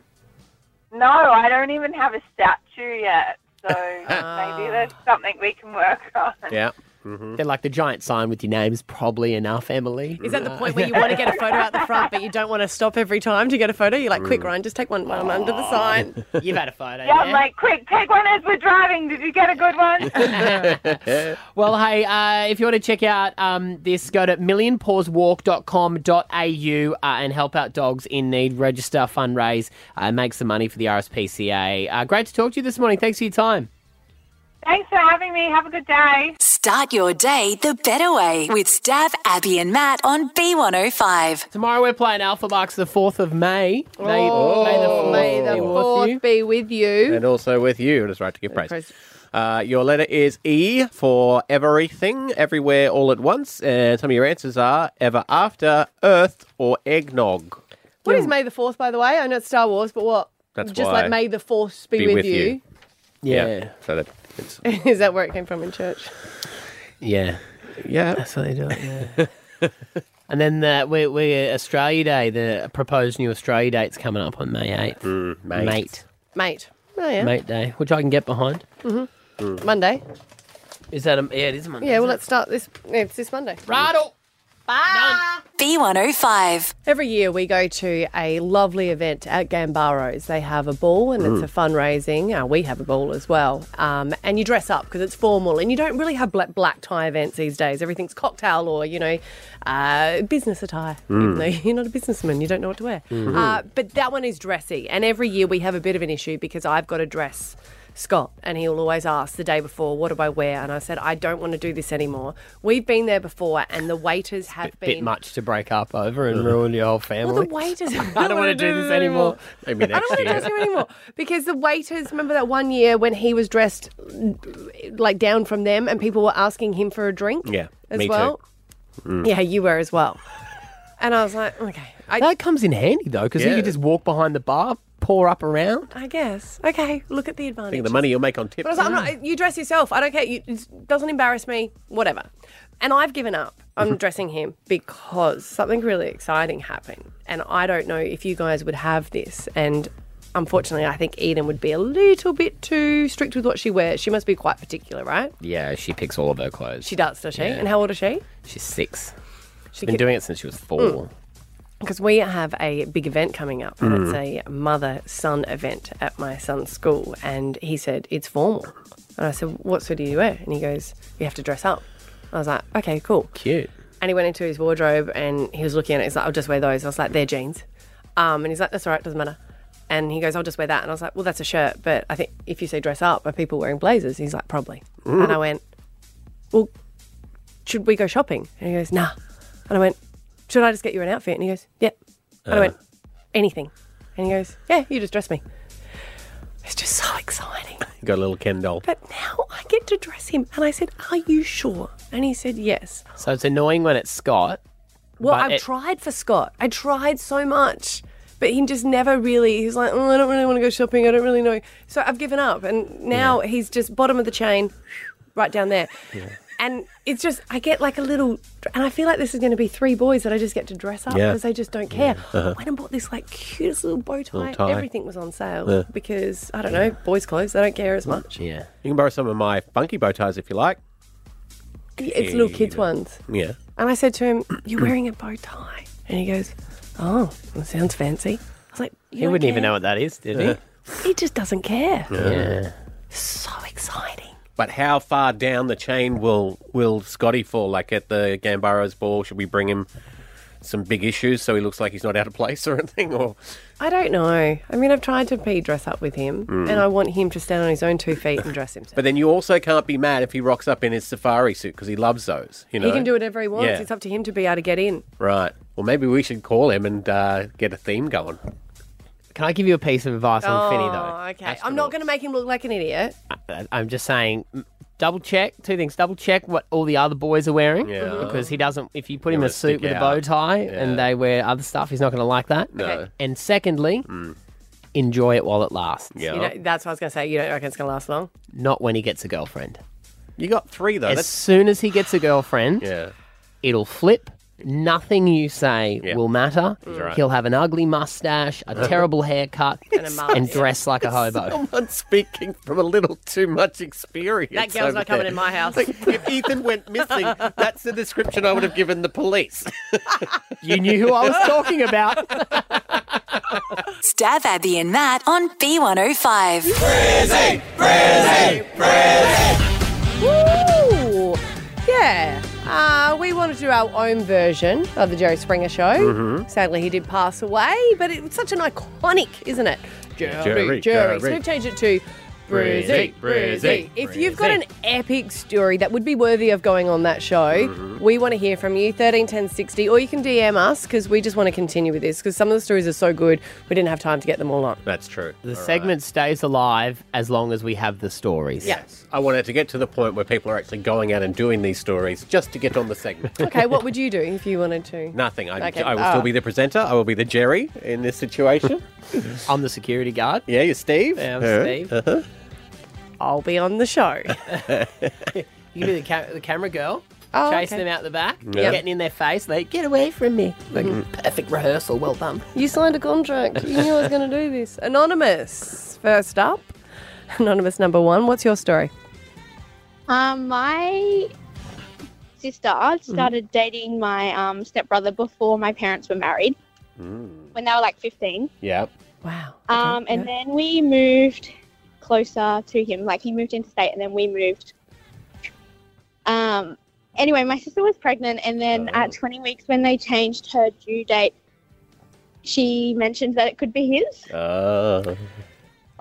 Speaker 17: No, I don't even have a statue yet, so maybe that's something we can work on.
Speaker 1: Yeah. They're like the giant sign with your name's probably enough, Emily.
Speaker 3: Is that the point where you want to get a photo out the front, but you don't want to stop every time to get a photo? You're like, quick, Ryan, just take one, one under the sign.
Speaker 1: [LAUGHS] You've had a photo.
Speaker 17: Yeah, I'm like, quick, take one as we're driving. Did you get a good one? [LAUGHS]
Speaker 1: well, hey, uh, if you want to check out um, this, go to millionpawswalk.com.au uh, and help out dogs in need, register, fundraise, uh, make some money for the RSPCA. Uh, great to talk to you this morning. Thanks for your time.
Speaker 17: Thanks for having me. Have a good day.
Speaker 2: Start your day the better way with Stab, Abby, and Matt on B105.
Speaker 1: Tomorrow we're playing Alpha Bucks the 4th of May. May,
Speaker 3: Oh. may
Speaker 1: the 4th
Speaker 3: Fourth be with you.
Speaker 4: And also with you, it is right to give praise. Uh, your letter is E for everything, everywhere, all at once. And some of your answers are ever after, earth, or eggnog.
Speaker 3: What is May the 4th, by the way? I know it's Star Wars, but what?
Speaker 4: That's
Speaker 3: Just
Speaker 4: why.
Speaker 3: like May the 4th be, with, you.
Speaker 4: Yeah. So that it's
Speaker 3: [LAUGHS] is that where it came from in church?
Speaker 1: Yeah.
Speaker 4: Yeah.
Speaker 1: [LAUGHS] That's what they do. it,
Speaker 4: [LAUGHS]
Speaker 1: yeah. and then the, we we uh, Australia Day, the proposed new Australia date's coming up on May 8th.
Speaker 4: Mm, mate.
Speaker 1: Mate.
Speaker 3: Mate. Oh, yeah.
Speaker 1: Mate Day, which I can get behind.
Speaker 3: hmm Monday.
Speaker 1: Is that a. Yeah, it is a Monday.
Speaker 3: Yeah, well, let's start this. yeah, It's this Monday.
Speaker 1: Rattle.
Speaker 3: Bye.
Speaker 2: B105.
Speaker 3: Every year we go to a lovely event at Gambaros. They have a ball and it's
Speaker 2: Mm.
Speaker 3: a fundraising. Uh, we have a ball as well. Um, and you dress up because it's formal and you don't really have black, black tie events these days. Everything's cocktail or, you know, uh, business attire. even
Speaker 18: Mm.
Speaker 3: though [LAUGHS] you're not a businessman, you don't know what to wear.
Speaker 18: Mhm.
Speaker 3: Uh, but that one is dressy. And every year we have a bit of an issue because I've got to dress Scott and he'll always ask the day before, what do I wear? And I said, I don't want to do this anymore. We've been there before and the waiters have been.
Speaker 1: Bit much to break up over and ruin your whole family.
Speaker 3: Well, the [LAUGHS] waiters.
Speaker 1: [LAUGHS] I don't want to do this anymore.
Speaker 4: Maybe
Speaker 3: I don't want to dress him anymore because the waiters. Remember that one year when he was dressed mm, like down from them, and people were asking him for a drink.
Speaker 1: Yeah,
Speaker 3: as
Speaker 1: me too.
Speaker 3: well.
Speaker 1: Mm.
Speaker 3: Yeah, you were as well. And I was like, okay, I,
Speaker 1: that comes in handy though, because
Speaker 4: Yeah.
Speaker 1: you can just walk behind the bar, pour up around.
Speaker 3: I guess. Okay, look at the advantage.
Speaker 4: Think of the money you'll make on tips.
Speaker 3: But I was like, I'm not, you dress yourself. I don't care. You, it doesn't embarrass me. Whatever. And I've given up
Speaker 1: [LAUGHS]
Speaker 3: on dressing him because something really exciting happened. And I don't know if you guys would have this. And unfortunately, I think Eden would be a little bit too strict with what she wears. She must be quite particular, right?
Speaker 1: Yeah, she picks all of her clothes.
Speaker 3: She does, does she?
Speaker 1: Yeah.
Speaker 3: And how old is she?
Speaker 1: She's six.
Speaker 3: She
Speaker 1: She's been
Speaker 3: can-
Speaker 1: doing it since she was four.
Speaker 3: Mm. Because we have a big event coming up. and It's
Speaker 1: Mm.
Speaker 3: a mother son event at my son's school. And he said, it's formal. And I said, what sort do you wear? And he goes, you have to dress up. I was like, okay, cool.
Speaker 1: Cute.
Speaker 3: And he went into his wardrobe and he was looking at it. He's like, I'll just wear those. I was like, they're jeans. Um, and he's like, that's all right, doesn't matter. And he goes, I'll just wear that. And I was like, well, that's a shirt. But I think if you say dress up, are people wearing blazers? He's like, probably.
Speaker 18: Mm.
Speaker 3: And I went, well, should we go shopping? And he goes, nah. And I went, should I just get you an outfit? And he goes, yep. And I
Speaker 18: Uh.
Speaker 3: went, anything. And he goes, yeah, you just dress me. It's just so exciting.
Speaker 4: You got a little Ken doll.
Speaker 3: But now I get to dress him. And I said, are you sure? And he said, yes.
Speaker 1: So it's annoying when it's Scott.
Speaker 3: Well,
Speaker 1: but
Speaker 3: I've
Speaker 1: it-
Speaker 3: tried for Scott. I tried so much. But he just never really, he's like, oh, I don't really want to go shopping. I don't really know. So I've given up. And now he's just bottom of the chain, right down there.
Speaker 4: Yeah.
Speaker 3: And it's just, I get like a little, and I feel like this is going to be three boys that I just get to dress up
Speaker 4: Yeah.
Speaker 3: because they just don't care.
Speaker 4: Yeah. Uh-huh.
Speaker 3: Went and bought this like cutest little bow tie.
Speaker 4: Little tie.
Speaker 3: Everything was on sale
Speaker 4: Yeah.
Speaker 3: because, I don't know, boys' clothes, they don't care as much.
Speaker 1: Yeah.
Speaker 4: You can borrow some of my funky bow ties if you like.
Speaker 3: It's little kids' ones.
Speaker 4: Yeah.
Speaker 3: And I said to him, You're wearing a bow tie. And he goes, Oh, that sounds fancy. I was like, you
Speaker 1: He
Speaker 3: don't
Speaker 1: wouldn't even
Speaker 3: care.
Speaker 1: know what that is, did
Speaker 4: Yeah.
Speaker 3: He just doesn't care.
Speaker 1: he? Yeah.
Speaker 3: So exciting.
Speaker 4: [LAUGHS] But how far down the chain will will Scotty fall? Like at the Gambaros ball, should we bring him some big issues so he looks like he's not out of place or anything? Or
Speaker 3: I don't know. I mean, I've tried to be dress up with him,
Speaker 4: Mm.
Speaker 3: and I want him to stand on his own two feet and
Speaker 1: [LAUGHS]
Speaker 3: dress himself.
Speaker 4: but then you also can't be mad if he rocks up in his safari suit because he loves those. You know,
Speaker 3: he can do whatever he wants.
Speaker 4: Yeah.
Speaker 3: It's up to him to be able to get in.
Speaker 4: Right. Well, maybe we should call him and uh, get a theme going.
Speaker 1: Can I give you a piece of advice on Finny though?
Speaker 3: Oh, okay. I'm not going to make him look like an idiot.
Speaker 1: I- I'm just saying, m- double check two things. Double check what all the other boys are wearing,
Speaker 4: Yeah. Mhm.
Speaker 1: because he doesn't. If you put him in
Speaker 4: wanna
Speaker 1: a suit
Speaker 4: stick
Speaker 1: with a
Speaker 4: out.
Speaker 1: bow tie
Speaker 4: Yeah.
Speaker 1: and they wear other stuff, he's not going to like that.
Speaker 4: No. Okay.
Speaker 1: And secondly, enjoy it while it lasts.
Speaker 3: You know, that's what I was going to say. You don't reckon it's going to last long?
Speaker 1: not when he gets a girlfriend.
Speaker 4: You got three though.
Speaker 1: as
Speaker 4: That's-
Speaker 1: soon as he gets a girlfriend, [LAUGHS]
Speaker 4: yeah.
Speaker 1: it'll flip. Nothing you say will matter.
Speaker 4: He's right.
Speaker 1: He'll have an ugly mustache, [LAUGHS] a terrible haircut,
Speaker 4: And a mask.
Speaker 1: and dress like a hobo.
Speaker 4: Someone speaking from a little too much experience.
Speaker 1: That girl's
Speaker 4: over
Speaker 1: not coming
Speaker 4: there.
Speaker 1: in
Speaker 4: [LAUGHS]
Speaker 1: my house. [LAUGHS]
Speaker 4: Like, if Ethan went missing, that's the description I would have given
Speaker 1: [LAUGHS]
Speaker 4: the police.
Speaker 1: You knew who I was talking about.
Speaker 2: Stab Abby and Matt on B105.
Speaker 5: Frizzy,
Speaker 3: Woo! Yeah. Uh, we want to do our own version of the Jerry Springer show.
Speaker 5: Mhm.
Speaker 3: Sadly, he did pass away, but it's such an iconic, isn't it?
Speaker 5: Yeah,
Speaker 3: Jerry, Jerry.
Speaker 5: Jerry,
Speaker 3: So
Speaker 5: Jerry.
Speaker 3: we've changed it to Brizzy,
Speaker 5: Brizzy,
Speaker 3: Brizzy.
Speaker 5: Brizzy,
Speaker 3: If you've got an epic story that would be worthy of going on that show,
Speaker 5: Mm-hmm.
Speaker 3: we want to hear from you. 13 10 60, or you can DM us because we just want to continue with this because some of the stories are so good, we didn't have time to get them all
Speaker 5: [LAUGHS]
Speaker 3: on.
Speaker 4: That's true.
Speaker 1: The segment stays alive as long as we have the stories.
Speaker 3: Yes.
Speaker 4: I wanted to get to the point where people are actually going out and doing these stories just to get on
Speaker 1: [LAUGHS]
Speaker 4: the segment.
Speaker 3: Okay, what would you do if you wanted to?
Speaker 4: Nothing. I,
Speaker 3: Okay.
Speaker 4: I will
Speaker 1: Oh.
Speaker 3: Ah.
Speaker 4: still be the presenter. I will be the Jerry in
Speaker 1: [LAUGHS]
Speaker 4: this situation.
Speaker 1: I'm the security guard.
Speaker 4: Yeah, you're Steve.
Speaker 1: Yeah, I'm
Speaker 4: All right.
Speaker 1: [LAUGHS] Steve.
Speaker 4: Uh-huh.
Speaker 3: I'll be on the
Speaker 5: [LAUGHS]
Speaker 3: show.
Speaker 1: You can be the, ca- the camera girl,
Speaker 3: Oh,
Speaker 1: chasing
Speaker 3: okay.
Speaker 1: them out the back,
Speaker 3: Yeah.
Speaker 1: getting in their face, like, get away from me. Like, perfect rehearsal, well done.
Speaker 3: You signed a contract. You knew I was going to do this. Anonymous, first up. Anonymous number one. What's your story?
Speaker 18: Um, my sister started dating my um, stepbrother before my parents were married when they were like 15.
Speaker 4: Hmm. Yeah.
Speaker 18: Um, and then we moved closer to him. Like he moved interstate and then we moved. Um, anyway, my sister was pregnant. And then
Speaker 4: Oh.
Speaker 18: at 20 weeks, when they changed her due date, she mentioned that it could be his.
Speaker 1: Uh.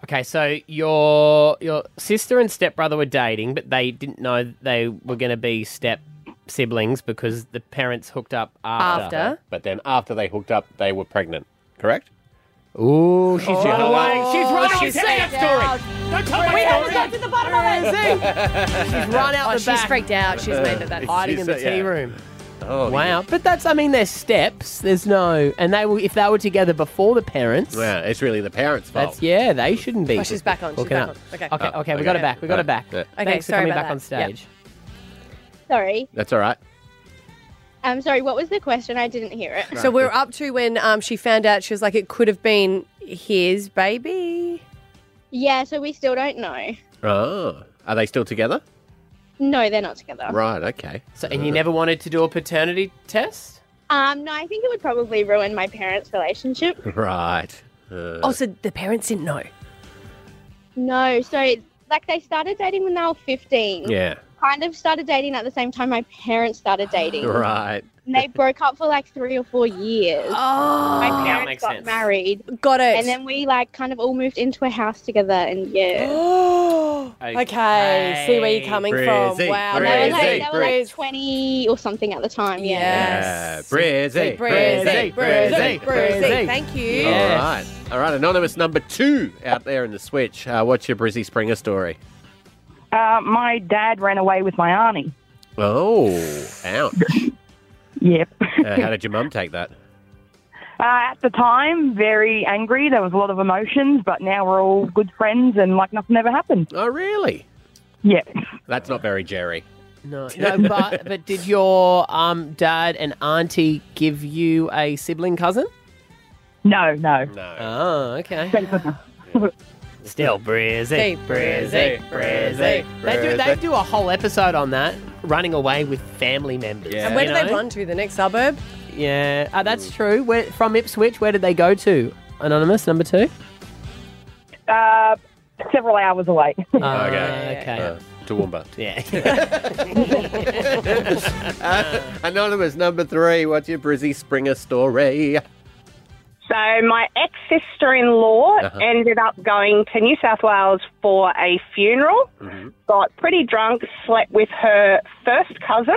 Speaker 1: Okay, so your your sister and stepbrother were dating, but they didn't know they were going to be step siblings because the parents hooked up after.
Speaker 4: After. But then after they hooked up, they were pregnant, correct?
Speaker 1: Ooh, she's run
Speaker 4: Oh,
Speaker 1: away. She's run away.
Speaker 5: she's
Speaker 1: Tell
Speaker 5: freaked
Speaker 1: that story.
Speaker 5: Don't tell
Speaker 1: my
Speaker 5: we
Speaker 1: story.
Speaker 5: haven't got to the bottom of it.
Speaker 1: She's run out
Speaker 3: Oh,
Speaker 1: the
Speaker 3: she's
Speaker 1: back.
Speaker 3: freaked out. She's made that that's-
Speaker 1: hiding
Speaker 3: She
Speaker 1: in the
Speaker 3: said-
Speaker 1: tea
Speaker 3: yeah.
Speaker 1: room.
Speaker 4: Oh,
Speaker 1: wow! But that's—I mean—they're steps. There's no, and they were if they were together before the parents.
Speaker 4: Yeah, it's really the parents' fault.
Speaker 1: That's yeah. They shouldn't be.
Speaker 3: Oh, she's back on, she's
Speaker 1: hooking
Speaker 3: back
Speaker 1: up.
Speaker 3: on. Okay.
Speaker 1: okay,
Speaker 4: Oh,
Speaker 1: okay. We got
Speaker 4: okay.
Speaker 1: it back. We got it back.
Speaker 4: Yeah.
Speaker 18: Okay,
Speaker 1: Thanks
Speaker 18: sorry
Speaker 1: for coming
Speaker 18: about
Speaker 1: back on
Speaker 18: that. Yeah.
Speaker 1: stage.
Speaker 18: Sorry.
Speaker 4: That's all right.
Speaker 18: I'm sorry, what was the question? I didn't hear it.
Speaker 3: So we're up to when um, she found out she was like, it could have been his baby.
Speaker 18: Yeah, so we still don't know.
Speaker 4: Oh. Are they still together?
Speaker 18: No, they're not together.
Speaker 4: Right, okay.
Speaker 1: So, and you never wanted to do a paternity test?
Speaker 18: Um, no, I think it would probably ruin my parents'
Speaker 4: [LAUGHS]
Speaker 18: relationship.
Speaker 4: [LAUGHS] Right. Uh,
Speaker 3: Oh, so the parents didn't know.
Speaker 18: No, so like they started dating when they were 15.
Speaker 4: yeah.
Speaker 18: Kind of started dating at the same time my parents started
Speaker 17: Mm-hmm.
Speaker 18: dating.
Speaker 4: Right.
Speaker 18: And they broke up for like three or four years. Oh,
Speaker 4: Yeah,
Speaker 18: my parents
Speaker 4: makes
Speaker 18: got
Speaker 4: sense.
Speaker 18: married.
Speaker 3: Got it.
Speaker 18: And then we like kind of all moved into a house together, and yeah.
Speaker 3: Oh, okay. See where you're coming from.
Speaker 18: Brizzy,
Speaker 3: Wow.
Speaker 18: And they were, like,
Speaker 3: Brizzy,
Speaker 18: they were like
Speaker 3: Brizzy.
Speaker 18: 20 or something at the time. Yeah.
Speaker 4: Yeah. Brizzy.
Speaker 3: Brizzy,
Speaker 4: Brizzy. Brizzy.
Speaker 3: Brizzy, Brizzy. Thank you.
Speaker 4: All right. All right. Anonymous number two out there in the switch. Uh, what's your Brizzy Springer story?
Speaker 16: Uh, my dad ran away with my auntie.
Speaker 4: Oh, ouch.
Speaker 1: [LAUGHS]
Speaker 16: Yep.
Speaker 4: uh, how did your mum take that?
Speaker 16: Uh, at the time, very angry. There was a lot of emotions, but now we're all good friends and like nothing ever happened.
Speaker 4: Oh, really?
Speaker 16: Yeah. [LAUGHS]
Speaker 4: That's not very Jerry. [LAUGHS]
Speaker 1: No, no, but but did your um dad and auntie give you a sibling cousin?
Speaker 16: No, no.
Speaker 14: Mm.
Speaker 4: No.
Speaker 1: Oh, okay. [LAUGHS] Still
Speaker 3: Hey,
Speaker 1: brizzy,
Speaker 3: brizzy,
Speaker 1: brizzy,
Speaker 3: brizzy,
Speaker 1: brizzy. They do they
Speaker 3: brizzy.
Speaker 1: do a whole episode on that, running away with family members.
Speaker 3: and where
Speaker 1: you
Speaker 3: do they
Speaker 1: know?
Speaker 3: run to? The next suburb?
Speaker 1: Yeah, uh, that's true. Where from Ipswich? Where did they go to? Anonymous number two.
Speaker 16: Uh, several
Speaker 1: [LAUGHS]
Speaker 16: hours away.
Speaker 1: Ah,
Speaker 4: okay.
Speaker 1: okay.
Speaker 4: Uh, Toowoomba.
Speaker 1: yeah.
Speaker 4: Anonymous number three. What's your Brizzy
Speaker 1: [LAUGHS]
Speaker 4: Springer story?
Speaker 19: So my ex sister in law
Speaker 4: Uh-huh.
Speaker 19: ended up going to New South Wales for a funeral. Got pretty drunk, slept with her first cousin.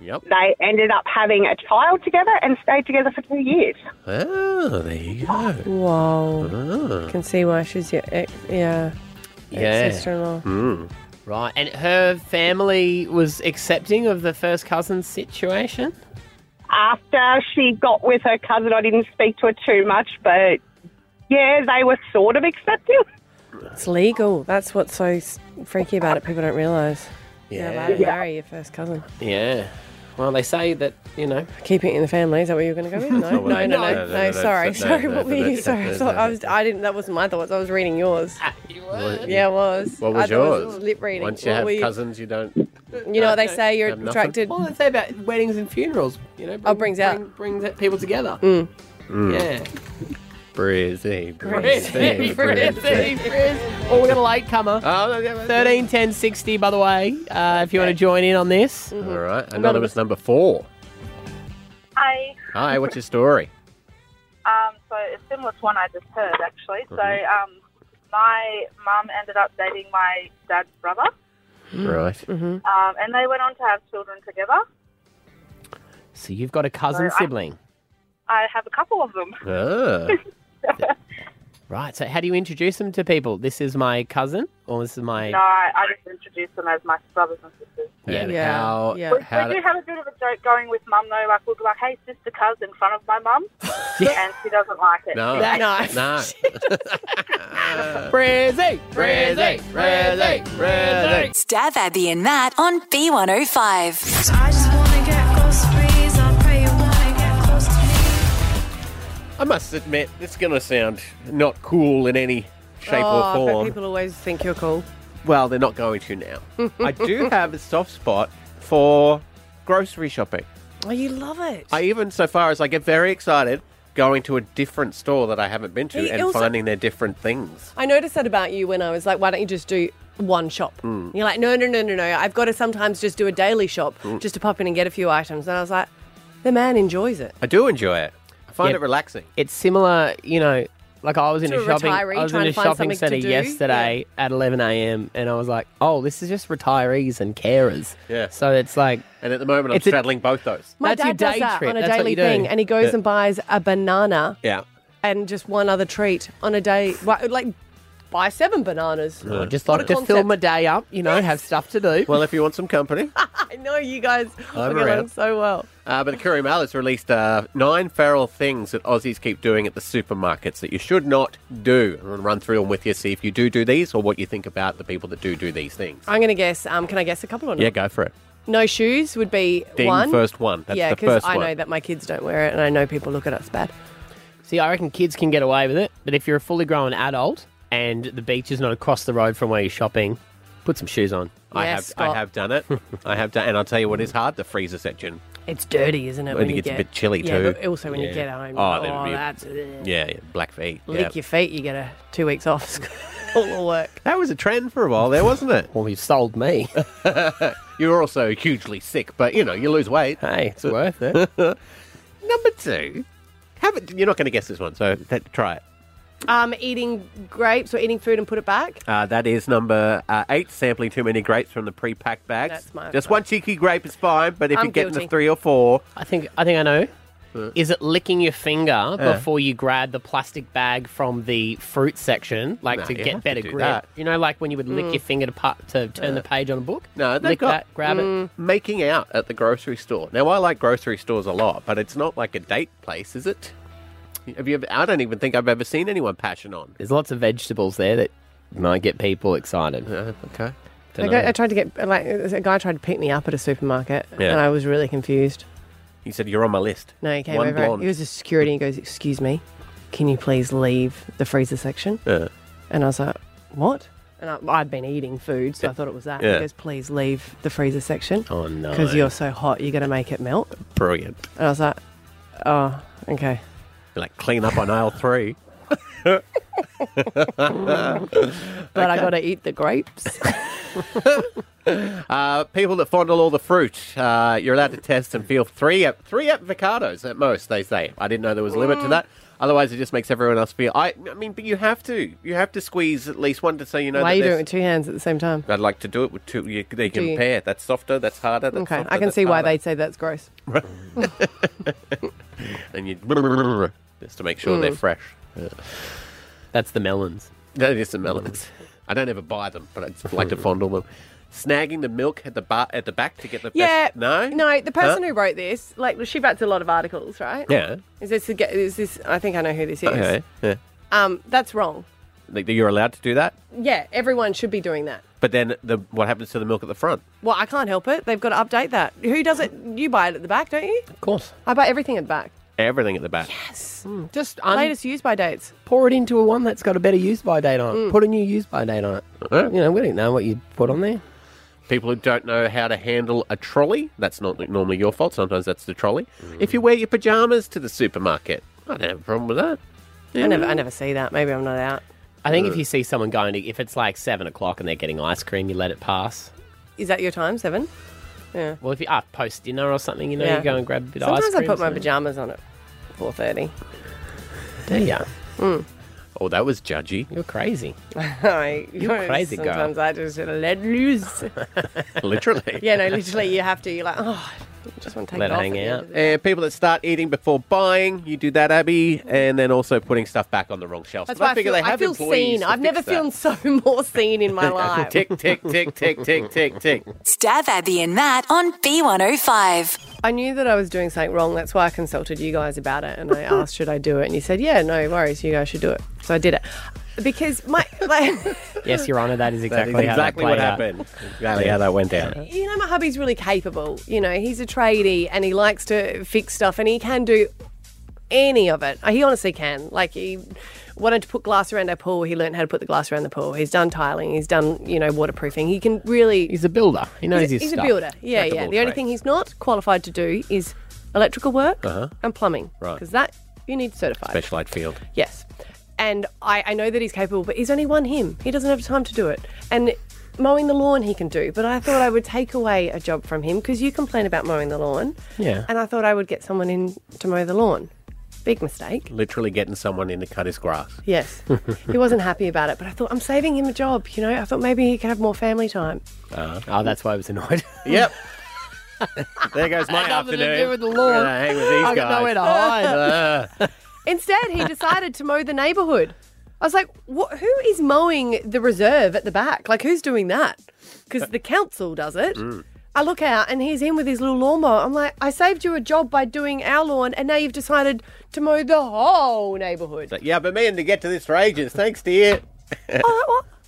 Speaker 4: Yep.
Speaker 19: They ended up having a child together and stayed together for two years.
Speaker 4: Oh, there you go.
Speaker 3: Whoa.
Speaker 4: Oh.
Speaker 3: Can see why she's your ex. Yeah.
Speaker 1: Ah. Yeah. Mm.
Speaker 3: Sister-in-law.
Speaker 1: Right, and her family was accepting of the first cousin situation.
Speaker 19: After she got with her cousin, I didn't speak to her too much, but yeah, they were sort of accepting.
Speaker 3: It's legal. That's what's so s- freaky about it. People don't realise.
Speaker 1: Yeah.
Speaker 3: allowed to marry your first cousin.
Speaker 1: Yeah. [LAUGHS] Well, they say that you know.
Speaker 3: Keep it in the family. Is that what you were
Speaker 1: [LAUGHS]
Speaker 3: going to go with?
Speaker 1: No,
Speaker 3: No, no,
Speaker 1: no,
Speaker 3: no, no,
Speaker 1: no, no,
Speaker 3: no.
Speaker 1: no,
Speaker 3: Sorry,
Speaker 1: no,
Speaker 3: sorry.
Speaker 1: no,
Speaker 3: What were
Speaker 1: no,
Speaker 3: you?
Speaker 1: no,
Speaker 3: Sorry,
Speaker 1: no,
Speaker 3: sorry. I
Speaker 1: no. Ah.
Speaker 3: was. I didn't. That wasn't my thoughts. I was reading yours.
Speaker 4: What-
Speaker 3: Yeah, it was.
Speaker 4: What was
Speaker 3: I thought it
Speaker 4: yours?
Speaker 3: lip reading.
Speaker 4: Once you
Speaker 3: What
Speaker 4: have
Speaker 3: were you-
Speaker 4: cousins, you don't.
Speaker 3: You know what they say? You're
Speaker 4: Have nothing?
Speaker 3: attracted.
Speaker 1: Well, they say about weddings and funerals. You know,
Speaker 3: oh, brings out
Speaker 1: bring, bring people together.
Speaker 4: Mm.
Speaker 1: Yeah.
Speaker 4: Brizzy, [LAUGHS]
Speaker 1: Brizzy, Brizzy, Brizzy. Oh, we got a late comer. Thirteen ten sixty. By the way, uh, if you want to join in on this.
Speaker 4: All right. Anonymous number four.
Speaker 20: Hi.
Speaker 4: Hi, what's your story?
Speaker 20: Um, so it's similar to one I just heard, actually. So
Speaker 4: Mhm.
Speaker 20: um, my mum ended up dating my dad's brother,
Speaker 4: Right.
Speaker 20: um, and they went on to have children together.
Speaker 1: So you've got a cousin
Speaker 20: So I-
Speaker 1: sibling.
Speaker 20: I have a couple of them.
Speaker 1: Ah. right. So how do you introduce them to people? This is my cousin, or this is my.
Speaker 20: No, I, I just introduced them as my brothers and sisters.
Speaker 1: Yeah.
Speaker 20: We-
Speaker 1: Yeah. How-
Speaker 20: we,
Speaker 1: how
Speaker 20: do
Speaker 1: do-
Speaker 20: have a bit of a joke going with mum though. Like we'll be like, "Hey, sister, cuz," in front of my mum, and she doesn't like it.
Speaker 4: No. No.
Speaker 1: Brizzy,
Speaker 2: Brizzy, Brizzy, Brizzy.
Speaker 3: Stab Abby and Matt on B105. I
Speaker 2: just wanna get close, please. I pray you wanna get close to me.
Speaker 4: I must admit, it's going to sound not cool in any shape or
Speaker 3: oh, but
Speaker 4: form.
Speaker 3: people always think you're cool.
Speaker 4: Well, they're not going to now. I do have a soft spot for grocery shopping.
Speaker 3: Oh, you love it.
Speaker 4: I even, so far as I get very excited, going to a different store that I haven't been to
Speaker 3: He
Speaker 4: and
Speaker 3: also-
Speaker 4: finding their different things.
Speaker 3: I noticed that about you when I was like, why don't you just do one shop?
Speaker 1: Hmm.
Speaker 4: Mm.
Speaker 3: You're like, no, no, no, no, no. I've got to sometimes just do a daily shop
Speaker 1: Hmm.
Speaker 4: Mm.
Speaker 3: just to pop in and get a few items. And I was like, the man enjoys it.
Speaker 4: I do enjoy it. I find
Speaker 1: Yeah.
Speaker 4: it relaxing.
Speaker 1: It's similar, you know. Like I was in
Speaker 3: To
Speaker 1: a
Speaker 3: a
Speaker 1: shopping,
Speaker 3: retiree
Speaker 1: I was in
Speaker 3: trying
Speaker 1: a
Speaker 3: to find
Speaker 1: shopping
Speaker 3: something to
Speaker 1: centre
Speaker 3: do.
Speaker 1: yesterday at 11 a.m. and I was like, "Oh, this is just retirees and carers."
Speaker 4: Yeah.
Speaker 1: So it's like,
Speaker 4: and at the moment I'm
Speaker 1: it's a-
Speaker 4: straddling both those.
Speaker 3: My
Speaker 1: That's your
Speaker 3: dad does
Speaker 1: day
Speaker 3: that
Speaker 1: trip.
Speaker 3: on a
Speaker 1: That's what
Speaker 3: daily
Speaker 1: you do.
Speaker 3: thing, and he goes
Speaker 1: Yeah.
Speaker 3: and buys a banana
Speaker 4: Yeah.
Speaker 3: and just one other treat on a day. Why- Like, buy seven bananas.
Speaker 1: I just
Speaker 3: What
Speaker 1: like
Speaker 3: a
Speaker 1: to fill
Speaker 3: concept.
Speaker 1: my day up, you know, have stuff to do.
Speaker 4: Well, if you want some company,
Speaker 3: I know you guys
Speaker 4: I'm
Speaker 3: are get along
Speaker 4: around.
Speaker 3: so well.
Speaker 4: Uh, but Curry Mail has released uh, nine feral things that Aussies keep doing at the supermarkets that you should not do. I'm going to run through them with you, see if you do do these or what you think about the people that do do these things.
Speaker 3: I'm going to guess. Um, can I guess a couple or not?
Speaker 4: Yeah, go for it.
Speaker 3: No shoes would be
Speaker 4: Ding,
Speaker 3: one.
Speaker 4: first one. That's
Speaker 3: yeah,
Speaker 4: the
Speaker 3: because
Speaker 4: first
Speaker 3: I
Speaker 4: one.
Speaker 3: know that my kids don't wear it, and I know people look at us bad.
Speaker 1: See, I reckon kids can get away with it, but if you're a fully grown adult and the beach is not across the road from where you're shopping, put some shoes on.
Speaker 4: I
Speaker 1: Yeah,
Speaker 4: have
Speaker 1: Scott.
Speaker 4: I have done it. I have done, and I'll tell you what is hard: the freezer section.
Speaker 3: It's dirty, isn't it?
Speaker 4: When it gets a bit chilly
Speaker 3: yeah,
Speaker 4: too.
Speaker 3: but also when you
Speaker 4: Yeah.
Speaker 3: get home.
Speaker 4: Oh, then it'd be-
Speaker 3: that's
Speaker 4: yeah, yeah, black feet.
Speaker 3: lick
Speaker 4: yeah.
Speaker 3: your feet. You get a two weeks off
Speaker 4: [LAUGHS]
Speaker 3: school or work.
Speaker 4: That was a trend for a while there, wasn't it?
Speaker 1: [LAUGHS] well, you sold me.
Speaker 4: [LAUGHS] You're also hugely sick, but you know you lose weight.
Speaker 1: Hey,
Speaker 4: [LAUGHS]
Speaker 1: it's
Speaker 4: worth it. Number two, have it. You're not going to guess this one, so th- try it.
Speaker 3: Um, eating grapes or eating food and put it back.
Speaker 4: Uh, that is number uh, eight, sampling too many grapes from the pre-packed bags.
Speaker 3: That's my
Speaker 4: Just one cheeky grape is fine, but if
Speaker 1: I'm
Speaker 4: you're getting
Speaker 1: guilty.
Speaker 4: the three or four,
Speaker 1: I think I think I know. Is it licking your finger
Speaker 4: Yeah.
Speaker 1: before you grab the plastic bag from the fruit section, like
Speaker 4: No,
Speaker 1: to
Speaker 4: you
Speaker 1: get
Speaker 4: have to
Speaker 1: better
Speaker 4: do
Speaker 1: grip?
Speaker 4: that.
Speaker 1: You know, like when you would lick
Speaker 4: Mm.
Speaker 1: your finger to, pu- to turn the page on a book.
Speaker 4: No, they've
Speaker 1: lick
Speaker 4: got mm,
Speaker 1: that, grab
Speaker 3: Mm.
Speaker 1: it.
Speaker 4: Making out at the grocery store. Now, I like grocery stores a lot, but it's not like a date place, is it? Have you ever, I don't even think I've ever seen anyone passion on.
Speaker 1: There's lots of vegetables there that might get people excited.
Speaker 4: Uh, okay.
Speaker 3: I, go- I tried to get like a guy tried to pick me up at a supermarket,
Speaker 4: Yeah.
Speaker 3: and I was really confused.
Speaker 4: He said, You're on my list.
Speaker 3: No, he came
Speaker 4: One
Speaker 3: over.
Speaker 4: blonde.
Speaker 3: He was a security. and He goes, "Excuse me, can you please leave the freezer section?"
Speaker 4: Yeah.
Speaker 3: And I was like, "What?" And I, I'd been eating food, so I thought it was that.
Speaker 4: Yeah.
Speaker 3: He goes, "Please leave the freezer section."
Speaker 4: Oh, no.
Speaker 3: Because you're so hot, you're gonna make it melt.
Speaker 4: Brilliant.
Speaker 3: And I was like, "Oh, okay."
Speaker 4: Like, clean up on aisle three.
Speaker 3: But I got to eat the grapes.
Speaker 4: [LAUGHS] Uh, people that fondle all the fruit, uh, you're allowed to test and feel three av- three avocados at most. They say. I didn't know there was a limit to that. Otherwise, it just makes everyone else feel. I, I mean, but you have to. You have to squeeze at least one to say you know.
Speaker 3: Why are you
Speaker 4: that
Speaker 3: doing it
Speaker 4: there's-
Speaker 3: with two hands at the same time?
Speaker 4: I'd like to do it with two. You, they
Speaker 3: Do you-
Speaker 4: can pair. That's softer. That's harder. That's
Speaker 3: Okay,
Speaker 4: softer,
Speaker 3: I can
Speaker 4: that's
Speaker 3: see why
Speaker 4: harder.
Speaker 3: they'd say that's gross.
Speaker 4: And you just to make sure they're
Speaker 3: Mm.
Speaker 4: fresh. That's the melons. That is the melons. [LAUGHS] I don't ever buy them, but I just like to fondle them. Snagging the milk at the bar at the back to get the
Speaker 3: Yeah.
Speaker 4: best. No,
Speaker 3: No, the
Speaker 4: Huh?
Speaker 3: person who wrote this, like, she writes a lot of articles, right?
Speaker 4: Yeah.
Speaker 3: Is this, the ge- is this, I think I know who this is.
Speaker 4: Okay. Yeah.
Speaker 3: Um, that's wrong.
Speaker 4: Like, you're allowed to do that,
Speaker 3: Yeah, everyone should be doing that.
Speaker 4: but then the what happens to the milk at the front?
Speaker 3: Well, I can't help it. They've got to update that. Who does it? You buy it at the back, don't you?
Speaker 4: Of course.
Speaker 3: I buy everything at the back.
Speaker 4: Everything at the back.
Speaker 3: Yes.
Speaker 1: just
Speaker 4: Um,
Speaker 3: latest use by dates.
Speaker 1: Pour it into a one that's got a better use by date
Speaker 4: Mm.
Speaker 1: on it. Put a new use by date on it. You know, we don't know what you put on there.
Speaker 4: People who don't know how to handle a trolley, that's not normally your fault. Sometimes that's the trolley. If you wear your pajamas to the supermarket, I don't have a problem with that.
Speaker 3: I never, I never see that. Maybe I'm not out.
Speaker 1: I think if you see someone going to, if it's like seven o'clock and they're getting ice cream, you let it
Speaker 4: [LAUGHS]
Speaker 1: pass.
Speaker 3: Is that your time, seven? Yeah.
Speaker 1: Well, if you are post dinner or something, you know,
Speaker 3: Yeah.
Speaker 1: you go and grab a bit
Speaker 3: Sometimes
Speaker 1: of ice cream.
Speaker 3: I put my
Speaker 1: so-
Speaker 3: pajamas on at four thirty. [LAUGHS]
Speaker 1: Do you?
Speaker 3: Mm.
Speaker 4: Oh, that was judgy.
Speaker 1: You're crazy.
Speaker 3: You're
Speaker 1: crazy girl.
Speaker 3: Sometimes I just let
Speaker 4: [LAUGHS]
Speaker 3: loose.
Speaker 4: [LAUGHS] Literally.
Speaker 3: [LAUGHS] yeah,
Speaker 1: [LAUGHS]
Speaker 3: no, literally, you have to. You're like, oh, I just want to take
Speaker 4: Let
Speaker 3: it
Speaker 4: it
Speaker 3: off
Speaker 4: hang
Speaker 3: at the end
Speaker 4: out.
Speaker 3: of
Speaker 4: And people that start eating before buying, you do that, Abby, and then also putting stuff back on the wrong shelf.
Speaker 3: That's
Speaker 4: And
Speaker 3: why I feel,
Speaker 4: they
Speaker 3: I
Speaker 4: have
Speaker 3: feel
Speaker 4: employees
Speaker 3: seen.
Speaker 4: to
Speaker 3: I've
Speaker 4: fix
Speaker 3: never
Speaker 4: that.
Speaker 3: feelen so [LAUGHS] more seen in my life.
Speaker 4: [LAUGHS] tick, tick, tick, tick, tick,
Speaker 1: [LAUGHS]
Speaker 4: tick, tick.
Speaker 2: Stab Abby and Matt on B105.
Speaker 3: I knew that I was doing something wrong. That's why I consulted you guys about
Speaker 4: [LAUGHS]
Speaker 3: it, and I asked, should I do it? And you said, yeah, no worries, you guys should do it. So I did it because my, [LAUGHS] my
Speaker 1: Yes, Your Honour, that is
Speaker 4: That
Speaker 1: exactly,
Speaker 4: is
Speaker 1: how that
Speaker 4: exactly what
Speaker 1: played out.
Speaker 4: happened. Exactly how that went [LAUGHS] down.
Speaker 3: you know, my hubby's really capable. You know, he's a tradie and he likes to fix stuff, and he can do any of it. He honestly can. Like he wanted to put glass around our pool. He learned how to put the glass around the pool. He's done tiling. He's done you know waterproofing. He can really. He's
Speaker 1: a builder. He knows
Speaker 3: he's,
Speaker 1: his
Speaker 3: he's
Speaker 1: stuff.
Speaker 3: a builder. Yeah,
Speaker 1: Jack of
Speaker 3: yeah.
Speaker 1: all
Speaker 3: The only
Speaker 1: trades.
Speaker 3: thing he's not qualified to do is electrical work.
Speaker 4: Uh-huh.
Speaker 3: and plumbing.
Speaker 4: Right.
Speaker 3: Because that you need certified.
Speaker 4: Special Ed Field.
Speaker 3: Yes. And I, I know that he's capable, but he's only one him. He doesn't have time to do it. And mowing the lawn he can do, but I thought I would take away a job from him because you complain about mowing the lawn.
Speaker 4: Yeah.
Speaker 3: And I thought I would get someone in to mow the lawn. Big mistake.
Speaker 4: Literally getting someone in to cut his grass.
Speaker 3: Yes. he wasn't happy about it, but I thought I'm saving him a job, you know? I thought maybe he could have more family time.
Speaker 1: Oh, that's why I was annoyed.
Speaker 4: [LAUGHS]
Speaker 1: [LAUGHS]
Speaker 4: yep. There goes my
Speaker 1: Nothing to
Speaker 4: afternoon.
Speaker 1: do with the lawn.
Speaker 4: Gonna hang with these
Speaker 1: I've
Speaker 4: guys.
Speaker 1: got nowhere to hide.
Speaker 4: [LAUGHS] Uh,
Speaker 3: Instead, he decided to mow the neighbourhood. I was like, what, who is mowing the reserve at the back? Like, who's doing that? Because the council does it. I look out and he's in with his little lawnmower. I'm like, I saved you a job by doing our lawn, and now you've decided to mow the whole neighbourhood.
Speaker 4: so, yeah, but me and to get to this for ages. Thanks, dear.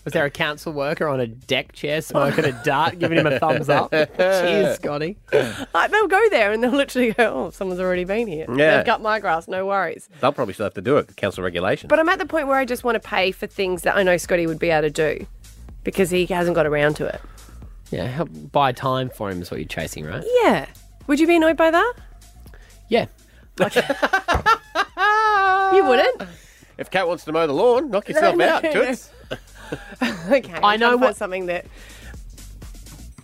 Speaker 1: Was there a council worker on a deck chair smoking a
Speaker 4: [LAUGHS]
Speaker 1: dart, giving him a thumbs up? Cheers, Scotty.
Speaker 3: Like, they'll go there and they'll literally go, oh, someone's already been here.
Speaker 4: Yeah.
Speaker 3: They've cut my grass, no worries.
Speaker 4: They'll probably still have to do it. Council regulation.
Speaker 3: But I'm at the point where I just want to pay for things that I know Scotty would be able to do because he hasn't got around to it.
Speaker 1: Yeah, help buy time for him is what you're chasing, right?
Speaker 3: Yeah. Would you be annoyed by that?
Speaker 1: Yeah.
Speaker 3: you wouldn't?
Speaker 4: If Cat wants to mow the lawn, knock
Speaker 1: [LAUGHS]
Speaker 4: yourself
Speaker 3: No, no,
Speaker 4: out,
Speaker 3: no.
Speaker 4: toots.
Speaker 3: okay. I know what something that.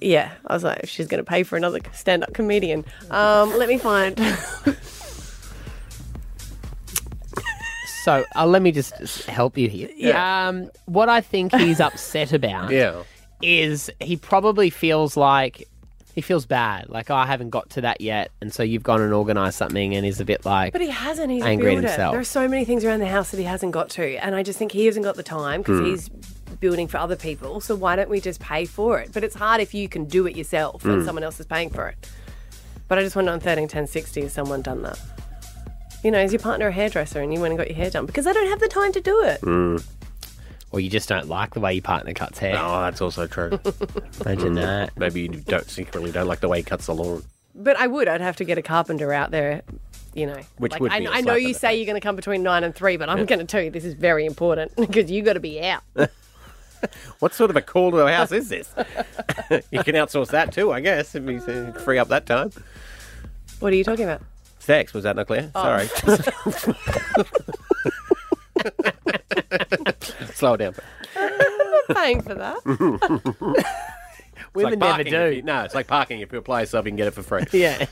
Speaker 3: Yeah, I was like, if she's going to pay for another stand-up comedian, um, let me find.
Speaker 1: So uh, let me just s- help you here.
Speaker 3: Yeah.
Speaker 1: Um, what I think
Speaker 4: [LAUGHS]
Speaker 1: he's upset about
Speaker 4: Yeah.
Speaker 1: is he probably feels like he feels bad, like "Oh, I haven't got to that yet, and so you've gone and organised something, and he's a bit like.
Speaker 3: [LAUGHS] but he hasn't. He's
Speaker 1: Angry
Speaker 3: a
Speaker 1: at
Speaker 3: builder.
Speaker 1: himself.
Speaker 3: There are so many things around the house that he hasn't got to, and I just think he hasn't got the time because
Speaker 1: Hmm.
Speaker 3: he's building for other people. So why don't we just pay for it? But it's hard if you can do it yourself and
Speaker 1: Hmm.
Speaker 3: someone else is paying for it. But I just wonder on thirteen ten sixty, has someone done that? You know, is your partner a hairdresser and you went and got your hair done? Because they don't have the time to do it.
Speaker 1: Mm. Or you just don't like the way your partner cuts hair.
Speaker 4: Oh, that's also true.
Speaker 1: [LAUGHS]
Speaker 4: Mm.
Speaker 1: Imagine that.
Speaker 4: Maybe you don't secretly don't like the way he cuts the lawn.
Speaker 3: But I would. I'd have to get a carpenter out there. You know,
Speaker 4: Which would
Speaker 3: I,
Speaker 4: be a
Speaker 3: I know
Speaker 4: slap in
Speaker 3: you
Speaker 4: the
Speaker 3: say you're going to come between nine and three, but I'm
Speaker 4: Yeah.
Speaker 3: going to tell you this is very important [LAUGHS] because you got to
Speaker 4: [LAUGHS]
Speaker 3: be out.
Speaker 4: What sort of a call to the house is this? [LAUGHS] you can outsource that too, I guess, if you uh, free up that time.
Speaker 3: What are you talking about?
Speaker 4: Sex, was that not clear?
Speaker 3: Oh.
Speaker 4: Sorry. Slow down.
Speaker 3: Paying for that.
Speaker 4: [LAUGHS]
Speaker 1: Women never
Speaker 4: do. no, it's like parking. If you apply yourself, you can get it for free.
Speaker 1: Yeah.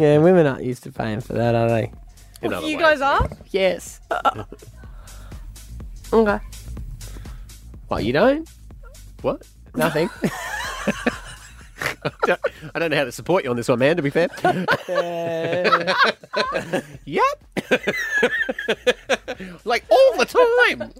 Speaker 1: Yeah, women aren't used to paying for that, are they?
Speaker 4: In other
Speaker 3: [LAUGHS] you
Speaker 4: ways.
Speaker 3: guys are? [LAUGHS]
Speaker 1: Yes.
Speaker 3: okay.
Speaker 1: What, you don't?
Speaker 4: What?
Speaker 1: Nothing.
Speaker 4: [LAUGHS] I don't know how to support you on this one, man, to be fair. [LAUGHS] yep. [LAUGHS] like all the time.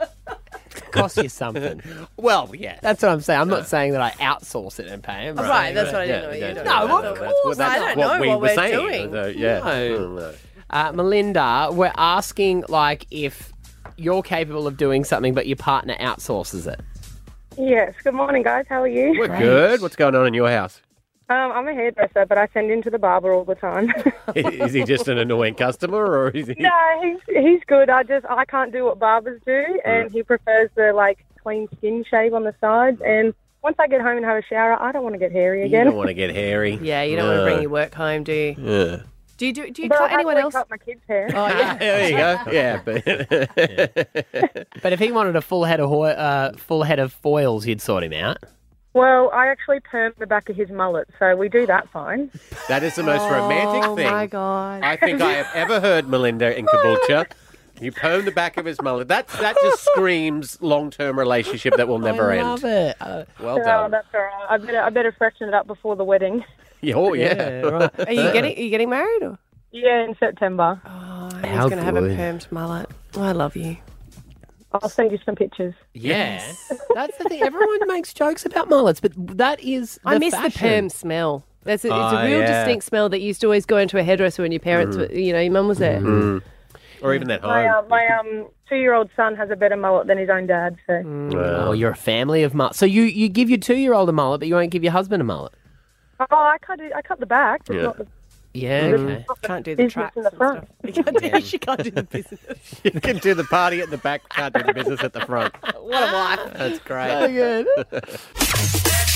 Speaker 1: Cost you [LAUGHS]
Speaker 4: [LAUGHS]
Speaker 1: something.
Speaker 4: well, yeah.
Speaker 1: That's what I'm saying. I'm not saying that I outsource it and pay him.
Speaker 4: Oh, Right, that's what I didn't know you were doing.
Speaker 1: No, of
Speaker 4: That's what-
Speaker 1: course.
Speaker 4: that's
Speaker 1: I don't
Speaker 4: what
Speaker 1: know
Speaker 4: we
Speaker 1: what
Speaker 4: were
Speaker 1: we're
Speaker 4: saying.
Speaker 1: doing.
Speaker 4: So, yeah.
Speaker 1: No. Uh, Melinda, we're asking like if you're capable of doing something, but your partner outsources it.
Speaker 20: Yes. Good morning, guys. How are you?
Speaker 4: [LAUGHS] We're Good. What's going on in your house? [LAUGHS]
Speaker 20: Um, I'm a hairdresser, but I send in to the barber all the time. [LAUGHS]
Speaker 4: Is he just an annoying customer, or is he?
Speaker 20: no, he's he's good. I just I can't do what barbers do, and he prefers the like clean skin shave on the sides. And once I get home and have a shower, I don't want to get hairy
Speaker 4: [LAUGHS] You
Speaker 20: again.
Speaker 4: don't want to get hairy. Uh,
Speaker 3: Yeah, you don't want to bring your work home, do you?
Speaker 4: Yeah. [LAUGHS]
Speaker 3: Do you do, do you
Speaker 20: But I
Speaker 3: cut anyone
Speaker 20: happily
Speaker 3: else?
Speaker 20: cut my kids' hair.
Speaker 3: Oh yeah.
Speaker 4: there you go. Yeah, [LAUGHS] but
Speaker 1: But if he wanted a full head of ho- uh, full head of foils, you'd sort him out.
Speaker 20: Well, I actually permed the back of his mullet, so we do that fine.
Speaker 4: that is the most
Speaker 1: Oh,
Speaker 4: romantic thing
Speaker 3: god!
Speaker 4: I think I have ever heard. Melinda in
Speaker 20: [LAUGHS]
Speaker 4: Caboolture. You perm the back of his mullet. That that just screams long-term relationship that will never
Speaker 20: I
Speaker 4: end.
Speaker 20: love
Speaker 1: it. Uh,
Speaker 4: Well
Speaker 20: oh,
Speaker 4: done.
Speaker 20: that's all right. I better I better freshen it up before the wedding.
Speaker 4: [LAUGHS] Yeah, oh yeah.
Speaker 3: [LAUGHS] Are you getting are you getting married? Or?
Speaker 20: Yeah, in September.
Speaker 3: Oh, he's
Speaker 1: How
Speaker 3: gonna have a
Speaker 1: good.
Speaker 3: permed mullet. Oh, I love you.
Speaker 20: I'll send you some pictures.
Speaker 1: Yeah. [LAUGHS] That's the thing. Everyone makes jokes about mullets, but that is
Speaker 3: I
Speaker 1: the
Speaker 3: miss the
Speaker 1: fashion.
Speaker 3: perm smell. That's a, it's a
Speaker 1: Ah,
Speaker 3: real
Speaker 1: yeah. Mm.
Speaker 3: distinct smell that used to always go into a hairdresser when your parents,
Speaker 4: Mhm.
Speaker 3: were, you know, your mum was there.
Speaker 1: Mm-hmm.
Speaker 4: Mm. Or even at
Speaker 20: My
Speaker 4: home.
Speaker 20: uh, my um two year old son has a better mullet than his own dad. So
Speaker 1: Oh, you're a family of mullets. So you, you give your two year old a mullet, but you won't give your husband a mullet.
Speaker 20: oh, I cut it. I cut the back. but
Speaker 1: Yeah.
Speaker 20: Not the,
Speaker 1: Yeah. Okay.
Speaker 3: Can't do
Speaker 20: the tracks in the front.
Speaker 3: [LAUGHS] she [LAUGHS] can't do the business.
Speaker 4: [LAUGHS] you can do the party at the back, can't do the business at the front.
Speaker 3: What a wife.
Speaker 4: That's great.
Speaker 3: So good.